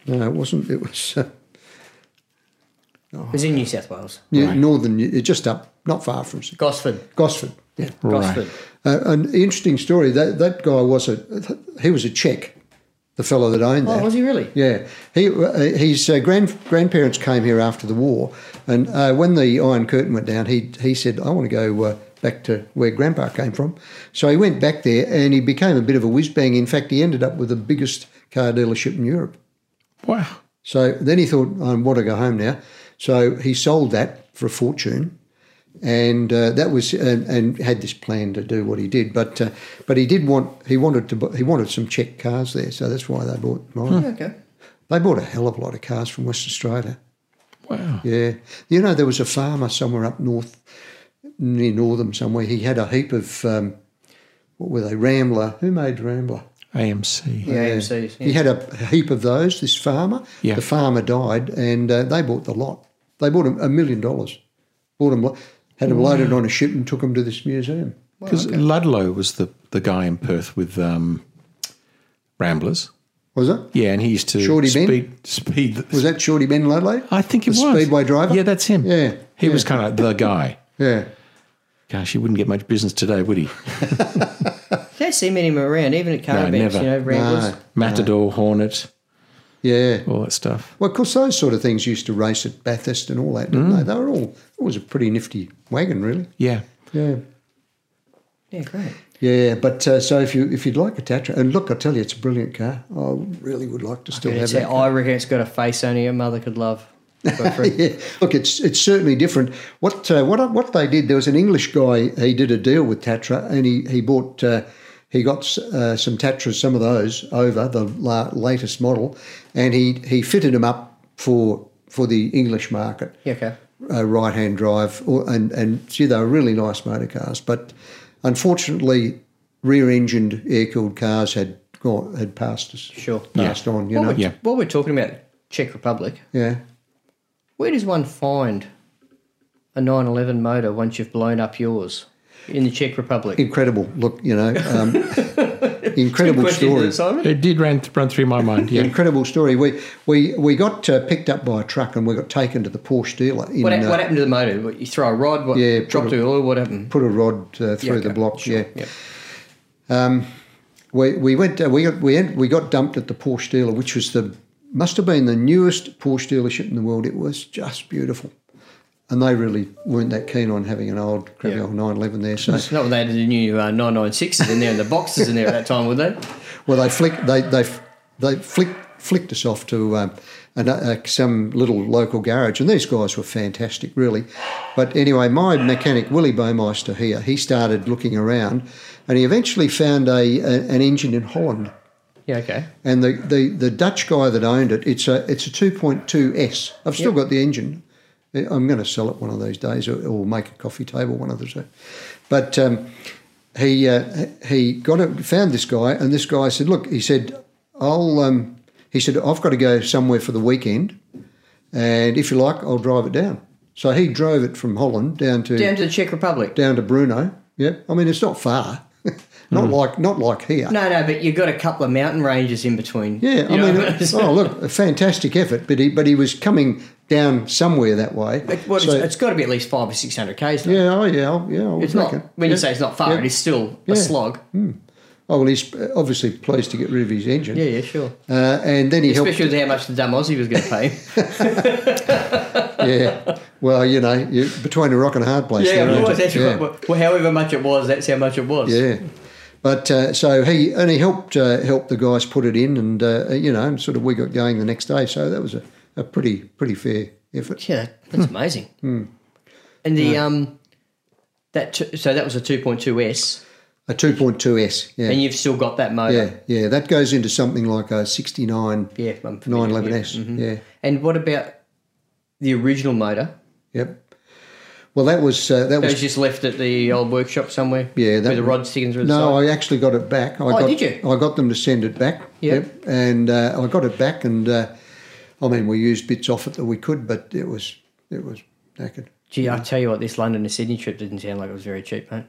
no, it wasn't. It was uh,
It was in New South Wales,
yeah, northern, yeah, just up, not far from Sydney.
Gosford.
Gosford. Yeah.
Gosford.
Uh, an interesting story. That that guy was a he was a Czech, the fellow that owned that.
Oh, was he really?
Yeah, he uh, his uh, grand grandparents came here after the war, and uh, when the Iron Curtain went down, he he said, "I want to go uh, back to where Grandpa came from." So he went back there, and he became a bit of a whiz bang. In fact, he ended up with the biggest car dealership in Europe.
Wow.
So then he thought, I want to go home now. So he sold that for a fortune, and uh, that was and, and had this plan to do what he did. But uh, but he did want he wanted to bu- he wanted some Czech cars there, so that's why they bought mine.
Okay.
They bought a hell of a lot of cars from West Australia.
Wow.
Yeah, you know there was a farmer somewhere up north, near Northam somewhere. He had a heap of um, what were they Rambler? Who made Rambler?
AMC.
Yeah, AMCs.
He had a heap of those. This farmer.
Yeah.
The farmer died, and uh, they bought the lot. They bought him a million dollars. Bought him, had him loaded on a ship, and took him to this museum.
Because Ludlow was the, the guy in Perth with um, Ramblers.
Was it?
Yeah, and he used to
Shorty Ben?
speed speed. The,
Was that Shorty Ben Ludlow?
I think it
the
was
speedway driver?
Yeah, that's him.
Yeah,
he was
yeah.
kind of the guy.
Yeah.
Gosh, he wouldn't get much business today, would
*laughs*
he?
Don't see many of them around, even at car
No,
events,
never.
you know, ramblers.
No.
Matador, Hornet,
Yeah.
all that stuff.
Well, of course, those sort of things used to race at Bathurst and all that, didn't they? They were all, it was a pretty nifty wagon, really.
Yeah,
Yeah.
Yeah, great.
Yeah, but uh, so if you if you'd like a Tatra, and look, I tell you, it's a brilliant car. I really would like to still
It's
have
a-
that.
I reckon it's got a face only a mother could
*laughs*
love. But for-
Yeah, look, it's it's certainly different. What uh, what what they did? There was an English guy. He did a deal with Tatra, and he he bought uh, he got uh, some Tatras, some of those over the la- latest model, and he he fitted them up for for the English market.
Yeah, okay.
uh, right-hand drive, or, and and gee, they were really nice motor cars. But unfortunately, rear-engined air-cooled cars had gone, had passed us,
Sure.
passed on. You
While
know,
we're,
Yeah.
while we're talking about Czech Republic,
yeah.
where does one find a 911 motor once you've blown up yours in the Czech Republic?
incredible. Look, you know,
*laughs*
um, incredible
Question,
story.
Simon?
it did run run through my mind.
*laughs*
Yeah,
Incredible story. We we we got uh, picked up by a truck and we got taken to the Porsche dealer. In,
What, hap-
uh,
what happened to the motor? What, You throw a rod? What,
Yeah,
drop
put a-
the oil? What happened?
Put a rod uh, through the
okay,
block.
sure,
Yeah. We, we went uh, we got we, en- we got dumped at the Porsche dealer, which was the must have been the newest Porsche dealership in the world. It was just beautiful, and they really weren't that keen on having an old crappy
Yeah.
old 911 there. So
It's not what they had the new uh, 996s in there and the boxes in there at that time, would they?
Well, they flicked they they they flicked flicked us off to um, an, uh, some little local garage, and these guys were fantastic, really. But anyway, my mechanic Willie Bowmeister here, he started looking around, and he eventually found a, a an engine in Holland,
Yeah, okay.
and the, the, the Dutch guy that owned it, it's a it's a two point two S. I've still got the engine. I'm going to sell it one of these days, or, or make a coffee table one of the two. But um, he uh, he got it, found this guy, and this guy said, "Look," he said, "I'll," um, he said, "I've got to go somewhere for the weekend, and if you like, I'll drive it down." So he drove it from Holland down to
Down to the Czech Republic.
down to Bruno. Yeah, I mean it's not far, *laughs* not like not like here.
No, no, but you've got a couple of mountain ranges in between.
Yeah, I
You know
mean,
what
it- oh look, a fantastic effort, but he but he was coming down somewhere that way.
It- well,
So-
it's, it's got to be at least five or six hundred k's. Yeah,
yeah, oh yeah, oh, yeah. I would
it's not
reckon.
when you
Yeah.
say it's not far,
Yeah.
it is still
Yeah.
a slog.
Oh well, he's obviously pleased to get rid of his engine.
Yeah, yeah, sure.
Uh, and then he helped.
Especially with how much the dumb Aussie was going to pay.
*laughs* Yeah. Well, you know, you between a rock and a hard place.
yeah,
there,
it
aren't
was
you?
actually.
Yeah.
Well, well, however much it was, that's how much it was.
Yeah. But uh, so he and he helped uh, help the guys put it in, and uh, you know, and sort of we got going the next day. So that was a, a pretty pretty fair effort.
Yeah, that's amazing.
Hmm.
And the um, that t- so that was a two point two s,
A two point two S. Yeah.
and you've still got that motor.
yeah, yeah, that goes into something like a sixty nine
Yeah, I'm familiar,
nine
Mm-hmm.
eleven S.
yeah.
Yeah,
And what about the original motor?
yep. Well, that was uh, that
That was
was
just left at the old workshop somewhere.
yeah. That
where the
was-
rod sticking through the
No,
side.
I actually got it back. I
Oh,
got,
did you?
I got them to send it back.
Yep.
And uh, I got it back, and uh, I mean, we used bits off it that we could, but it was it was knackered.
Gee, I tell you what, this London to Sydney trip didn't sound like it was very cheap, mate.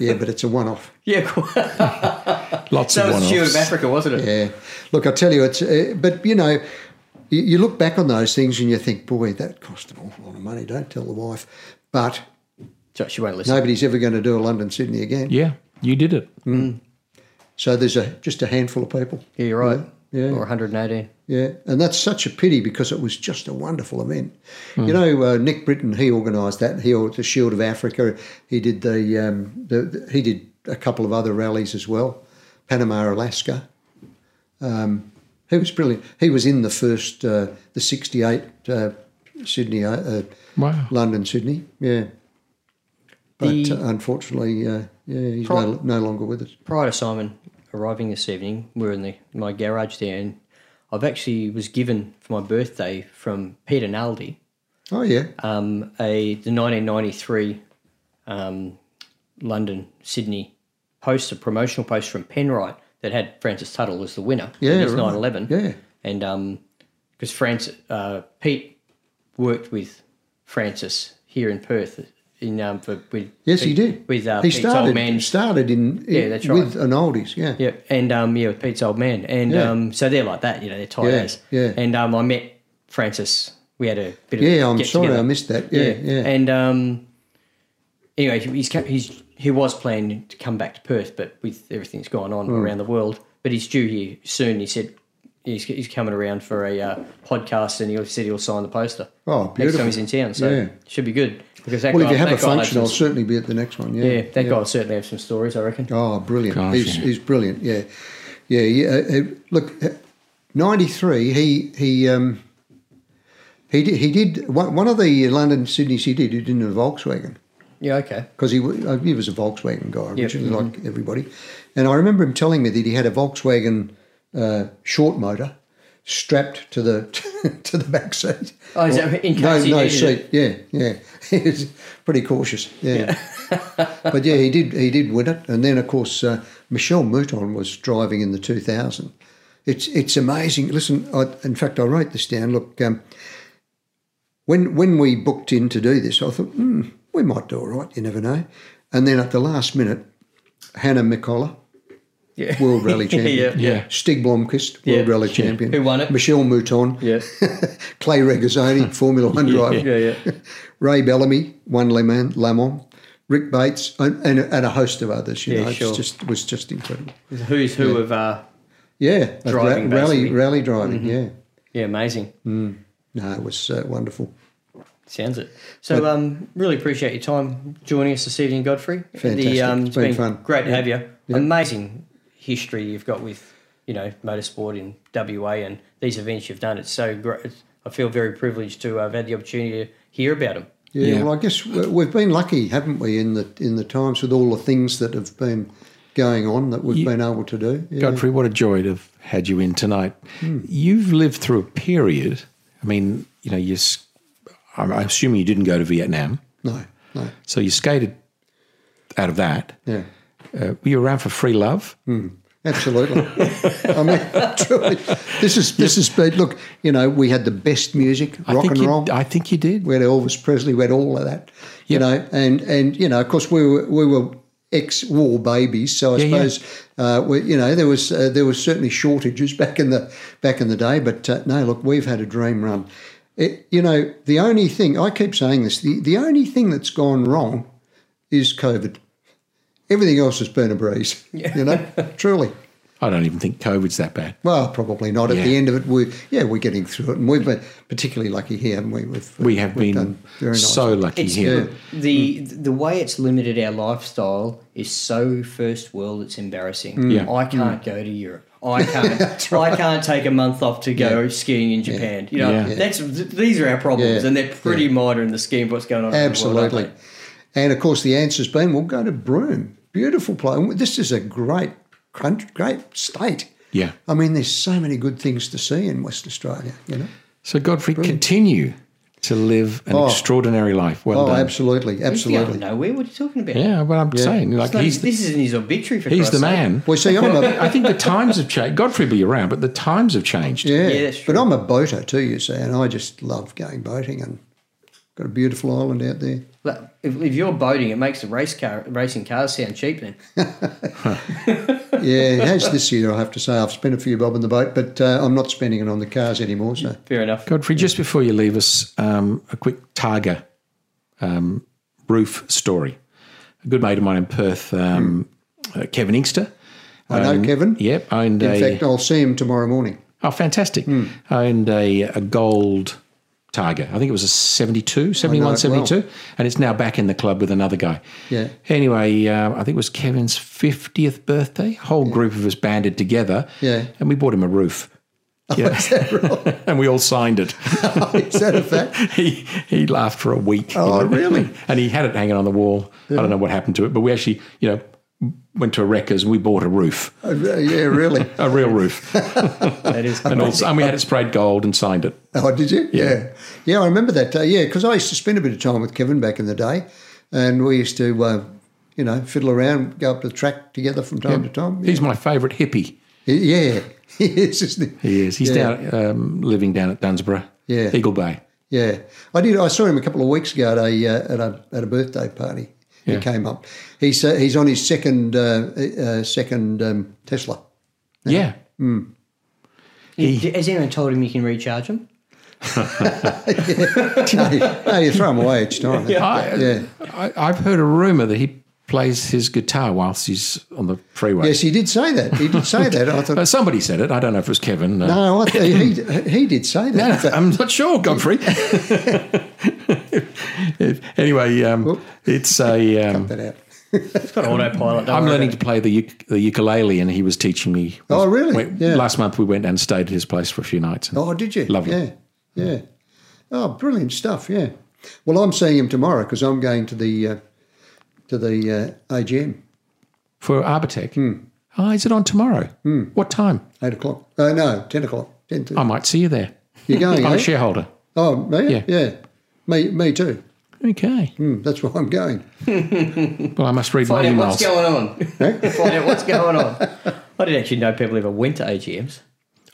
Yeah, but it's a one-off.
Yeah, cool. that
Lots of
was Stewart
one-offs.
of Africa, wasn't it?
Yeah. Look, I tell you, it's uh, but you know, you, you look back on those things and you think, boy, that cost an awful lot of money. Don't tell the wife, but
So she won't listen.
nobody's ever going to do a London Sydney again.
Yeah, you did it.
So there's a just a handful of people.
Yeah, you're right.
Yeah, yeah.
Or 118.
Yeah, and that's such a pity because it was just a wonderful event. You know, uh, Nick Britton he organised that. He or- the Shield of Africa. He did the, um, the, the- he did a couple of other rallies as well, Panama, Alaska. Um, he was brilliant. He was in the first uh, the '68 uh, Sydney, uh, uh,
Wow.
London Sydney. Yeah, but
The-
uh, unfortunately, uh, yeah, he's
Pro-
no, no longer with us.
Prior to Simon arriving this evening, we were in the, my garage there, and I've actually was given for my birthday from Peter Naldi
Oh yeah,
um, a the 1993 um, London Sydney poster, promotional poster from Penrite that had Francis Tuttle as the winner.
Yeah,
it's
right.
911.
Yeah.
and because France uh, Pete worked with Francis here in Perth in um, for with
yes, he
Pete-
did.
with uh,
he
Pete's
started
old man.
started in,
Yeah, that's right.
with an oldies. Yeah,
Yeah, and um, yeah, with Pete's old man, and
Yeah.
um, so they're like that, you know, they're tight
Yeah,
as.
yeah.
And um, I met Francis. We had a bit of
Yeah, I'm
get
sorry
together.
I missed that. Yeah, yeah.
And um, anyway, he- he's ca- he's he was planning to come back to Perth, but with everything that's gone
Hmm.
on around the world, but he's due here soon. He said he's, he's coming around for a uh, podcast, and he said he'll sign the poster.
Oh,
Next
beautiful.
time he's in town, so
Yeah.
should be good. Because that
well,
guy,
if you have
that
a
guy had
function, I'll
some-
certainly be at the next one. Yeah,
yeah, that guy will certainly have some stories, I reckon.
Oh, brilliant!
Gosh,
he's,
yeah.
he's brilliant. Yeah, yeah. yeah. Uh, uh, look, ninety three. He he um, he did he did one, one of the London Sydney's he did. He did in a Volkswagen
Yeah, okay.
because he wa- uh, he was a Volkswagen guy originally,
Mm-hmm.
like everybody. And I remember him telling me that he had a Volkswagen uh, short motor strapped to the *laughs* to the back seat.
Oh, is that in case
no,
he
no
needed it?
seat. Yeah, yeah. *laughs* He was pretty cautious. Yeah. *laughs* but yeah, he did. He did win it, and then of course uh, Michelle Mouton was driving in the 2000. It's it's amazing. Listen, I, in fact, I wrote this down. Look, um, when when we booked in to do this, I thought hmm, we might do all right. You never know. And then at the last minute, Hannah McCollar,
Yeah.
World Rally Champion,
*laughs* yeah.
Yeah.
Stig Blomqvist, World
Yeah.
Rally Champion,
Who won it?
Michelle Mouton,
Yeah.
Clay Regazzoni, Formula One driver.
*laughs* Yeah, yeah.
Ray Bellamy, one Le Mans, Le Mans, Rick Bates, and, and, and a host of others. You
Yeah,
know, it's
sure.
just was just incredible.
Who's who of uh,
Yeah, a ra-
Driving, Mm-hmm.
rally,
basically.
rally driving.
yeah, amazing.
Yeah, no, it was uh, wonderful.
Sounds it. So, um, really appreciate your time joining us this evening, Godfrey.
Fantastic.
um,
It's been fun.
Great to have you. Amazing history you've got with you know motorsport in WA and these events you've done. It's so great. I feel very privileged to uh, have had the opportunity to hear about them.
Yeah,
Yeah.
well, I guess we- we've been lucky, haven't we, in the in the times with all the things that have been going on that we've been able to do. Yeah.
Godfrey, what a joy to have had you in tonight. You've lived through a period. I mean, you know, you. s- I'm I'm assuming you didn't go to Vietnam,
No, no,
so you skated out of that.
yeah.
Uh, were you around for free love? *laughs*
Absolutely. I mean, *laughs* truly, this is this has been. Look, you know, we had the best music,
I
rock
think
and
you,
roll.
I think you did.
We had Elvis Presley. We had all of that, you know, and and you know, of course, we were we were ex-war babies, so I
Yeah, yeah.
suppose Uh, we, you know there was uh, there was certainly shortages *laughs* back in the back in the day. But uh, no, look, we've had a dream run. It, you know, the only thing I keep saying this: the the only thing that's gone wrong is COVID. Everything else has been
*laughs*
a breeze, you know. Truly.
I don't even think COVID's that bad.
Well, probably not. At
Yeah.
the end of it, we yeah, we're getting through it, and we've been particularly lucky here, haven't we? We've,
We have
we've
been
done very nice.
so lucky
It's
here.
the the way it's limited our lifestyle is so first world. It's embarrassing.
Mm. Yeah.
I can't go to Europe. I can't. I can't take a month off to go skiing in Japan. You know,
Yeah. Yeah.
that's th- these are our problems,
Yeah.
and they're pretty minor in the scheme of what's going on. in the world,
Absolutely.
aren't
And of course, the answer's been we'll go to Broome. Beautiful place. And This is a great country, great state.
Yeah.
I mean, there's so many good things to see in West Australia, you know.
So Godfrey, continue to live an
Oh.
extraordinary life. Well
Oh,
done.
absolutely,
He's out of
absolutely.
nowhere. What are you talking about?
Yeah, but I'm saying, like,
It's not-
he's the,
this isn't his obituary for
he's the
Christ's sake.
man.
Well, see, I'm a
I think the times have changed. Godfrey be around, but the times have changed.
yeah,
Yeah, that's
but
true.
I'm a boater too. You see, and I just love going boating and got a beautiful island out there.
Look, If, if you're boating, it makes the race car racing cars sound cheap. Then
Yeah, it has this year. I have to say, I've spent a few bob on the boat, but uh, I'm not spending it on the cars anymore. So
fair enough.
Godfrey, just before you leave us, um, a quick Targa um, roof story. A good mate of mine in Perth, um, uh, Kevin Inkster.
I know, Kevin.
Yep, owned
In
a
fact, I'll see him tomorrow morning. *laughs*
oh, fantastic.
Hmm.
Owned a, a gold Targa. I think it was a 72, 71,
it well.
72, and it's now back in the club with another guy.
Yeah.
Anyway, uh, I think it was Kevin's 50th birthday. Whole group of us banded together.
Yeah. Oh,
And we bought him a roof. Yeah. *laughs* and we all signed it.
Is that a fact?
he he laughed for a week. *laughs*
Oh, really?
And he had it hanging on the wall. I don't know what happened to it, but we actually, you know, went to a wreckers and we bought a roof,
Uh, yeah, really.
a real roof,
That is
*laughs* and, also, and we had it sprayed gold and signed it.
Oh, did you? Yeah. Yeah, I remember that day. Yeah, because I used to spend a bit of time with Kevin back in the day, and we used to, uh, you know, fiddle around, go up the track together from time to time. Yeah.
He's my favourite hippie.
Yeah, *laughs* he is, isn't he?
He is. He's
yeah.
down um, living down at Dunsborough,
Yeah.
Eagle Bay.
Yeah, I did. I saw him a couple of weeks ago at a uh, at a, at a birthday party.
Yeah.
He came up. He's uh, he's on his second uh, uh, second um, Tesla.
Yeah.
Mm.
Has anyone told him you can recharge them?
no, you- no, you throw him away each time.
I,
Yeah.
I, I've heard a rumour that he plays his guitar whilst he's on the freeway.
Yes, he did say that. He did say that. I
Uh,
thought.
somebody said it. I don't know if it was Kevin. Uh,
No, I th- he he did say that.
Yeah, *laughs* I'm not sure, Godfrey. *laughs* anyway, um, it's a. Um,
that out.
It's got autopilot. don't
I'm
worry
learning
about
to play the, uk- the ukulele, and he was teaching me.
Oh, really?
Wait,
Yeah.
Last month we went and stayed at his place for a few nights. and-
Oh, did you?
Lovely.
Yeah, yeah. Oh, brilliant stuff. Yeah. Well, I'm seeing him tomorrow because I'm going to the uh, to the uh, AGM
For Arbitec.
Hmm.
Ah, is it on tomorrow? What time?
eight o'clock. Uh, no, ten o'clock. Ten
I
to.
might see you there.
You're going?
I'm
eh?
a shareholder.
Oh, me?
Oh, Yeah.
Yeah. Me, me too.
Okay.
Mm, that's why I'm going.
Well, I must read
it.
my
Find out what's
emails.
going on. *laughs* Find out what's going on. *laughs* I didn't actually know people ever went to AGMs.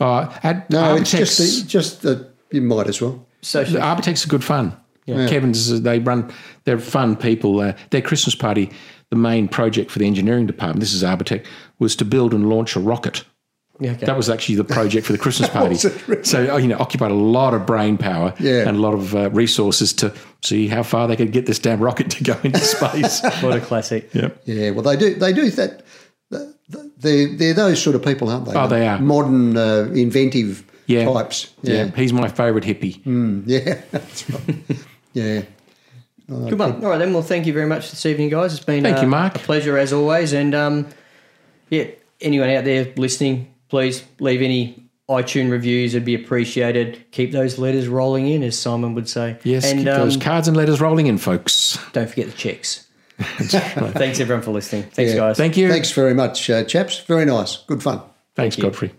Uh, at
No, it's
Arbitec's-
just the, just that you might as well.
Social.
The Architects are good fun. Kevin's, uh, they run, they're fun people. Uh, their Christmas party, the main project for the engineering department, this is Arbitec, was to build and launch a rocket.
Yeah, okay.
That was actually the project for the Christmas party. so, uh, you know, occupied a lot of brain power
Yeah.
and a lot of uh, resources to see how far they could get this damn rocket *laughs* to go into space.
what a
*laughs*
classic.
yep.
Yeah. Well, they do. They do that. They're, they're those sort of people, aren't they?
Oh, they are.
Modern, uh, inventive
Yeah.
types.
Yeah. He's my favourite hippie.
*laughs* Yeah.
*laughs*
That's right. yeah.
Good one. All right, then. Well, thank you very much this evening, guys. It's been
Thank
uh,
you, Mark.
a pleasure as always. And um, yeah, anyone out there listening, please leave any iTunes reviews. It'd be appreciated. Keep those letters rolling in, as Simon would say.
Yes.
and
keep
um,
those cards and letters rolling in, folks.
don't forget the
*laughs*
checks. Thanks everyone for listening. Thanks,
Yeah.
guys.
Thank you.
Thanks very much, uh, chaps. Very nice. Good fun.
Thanks Godfrey.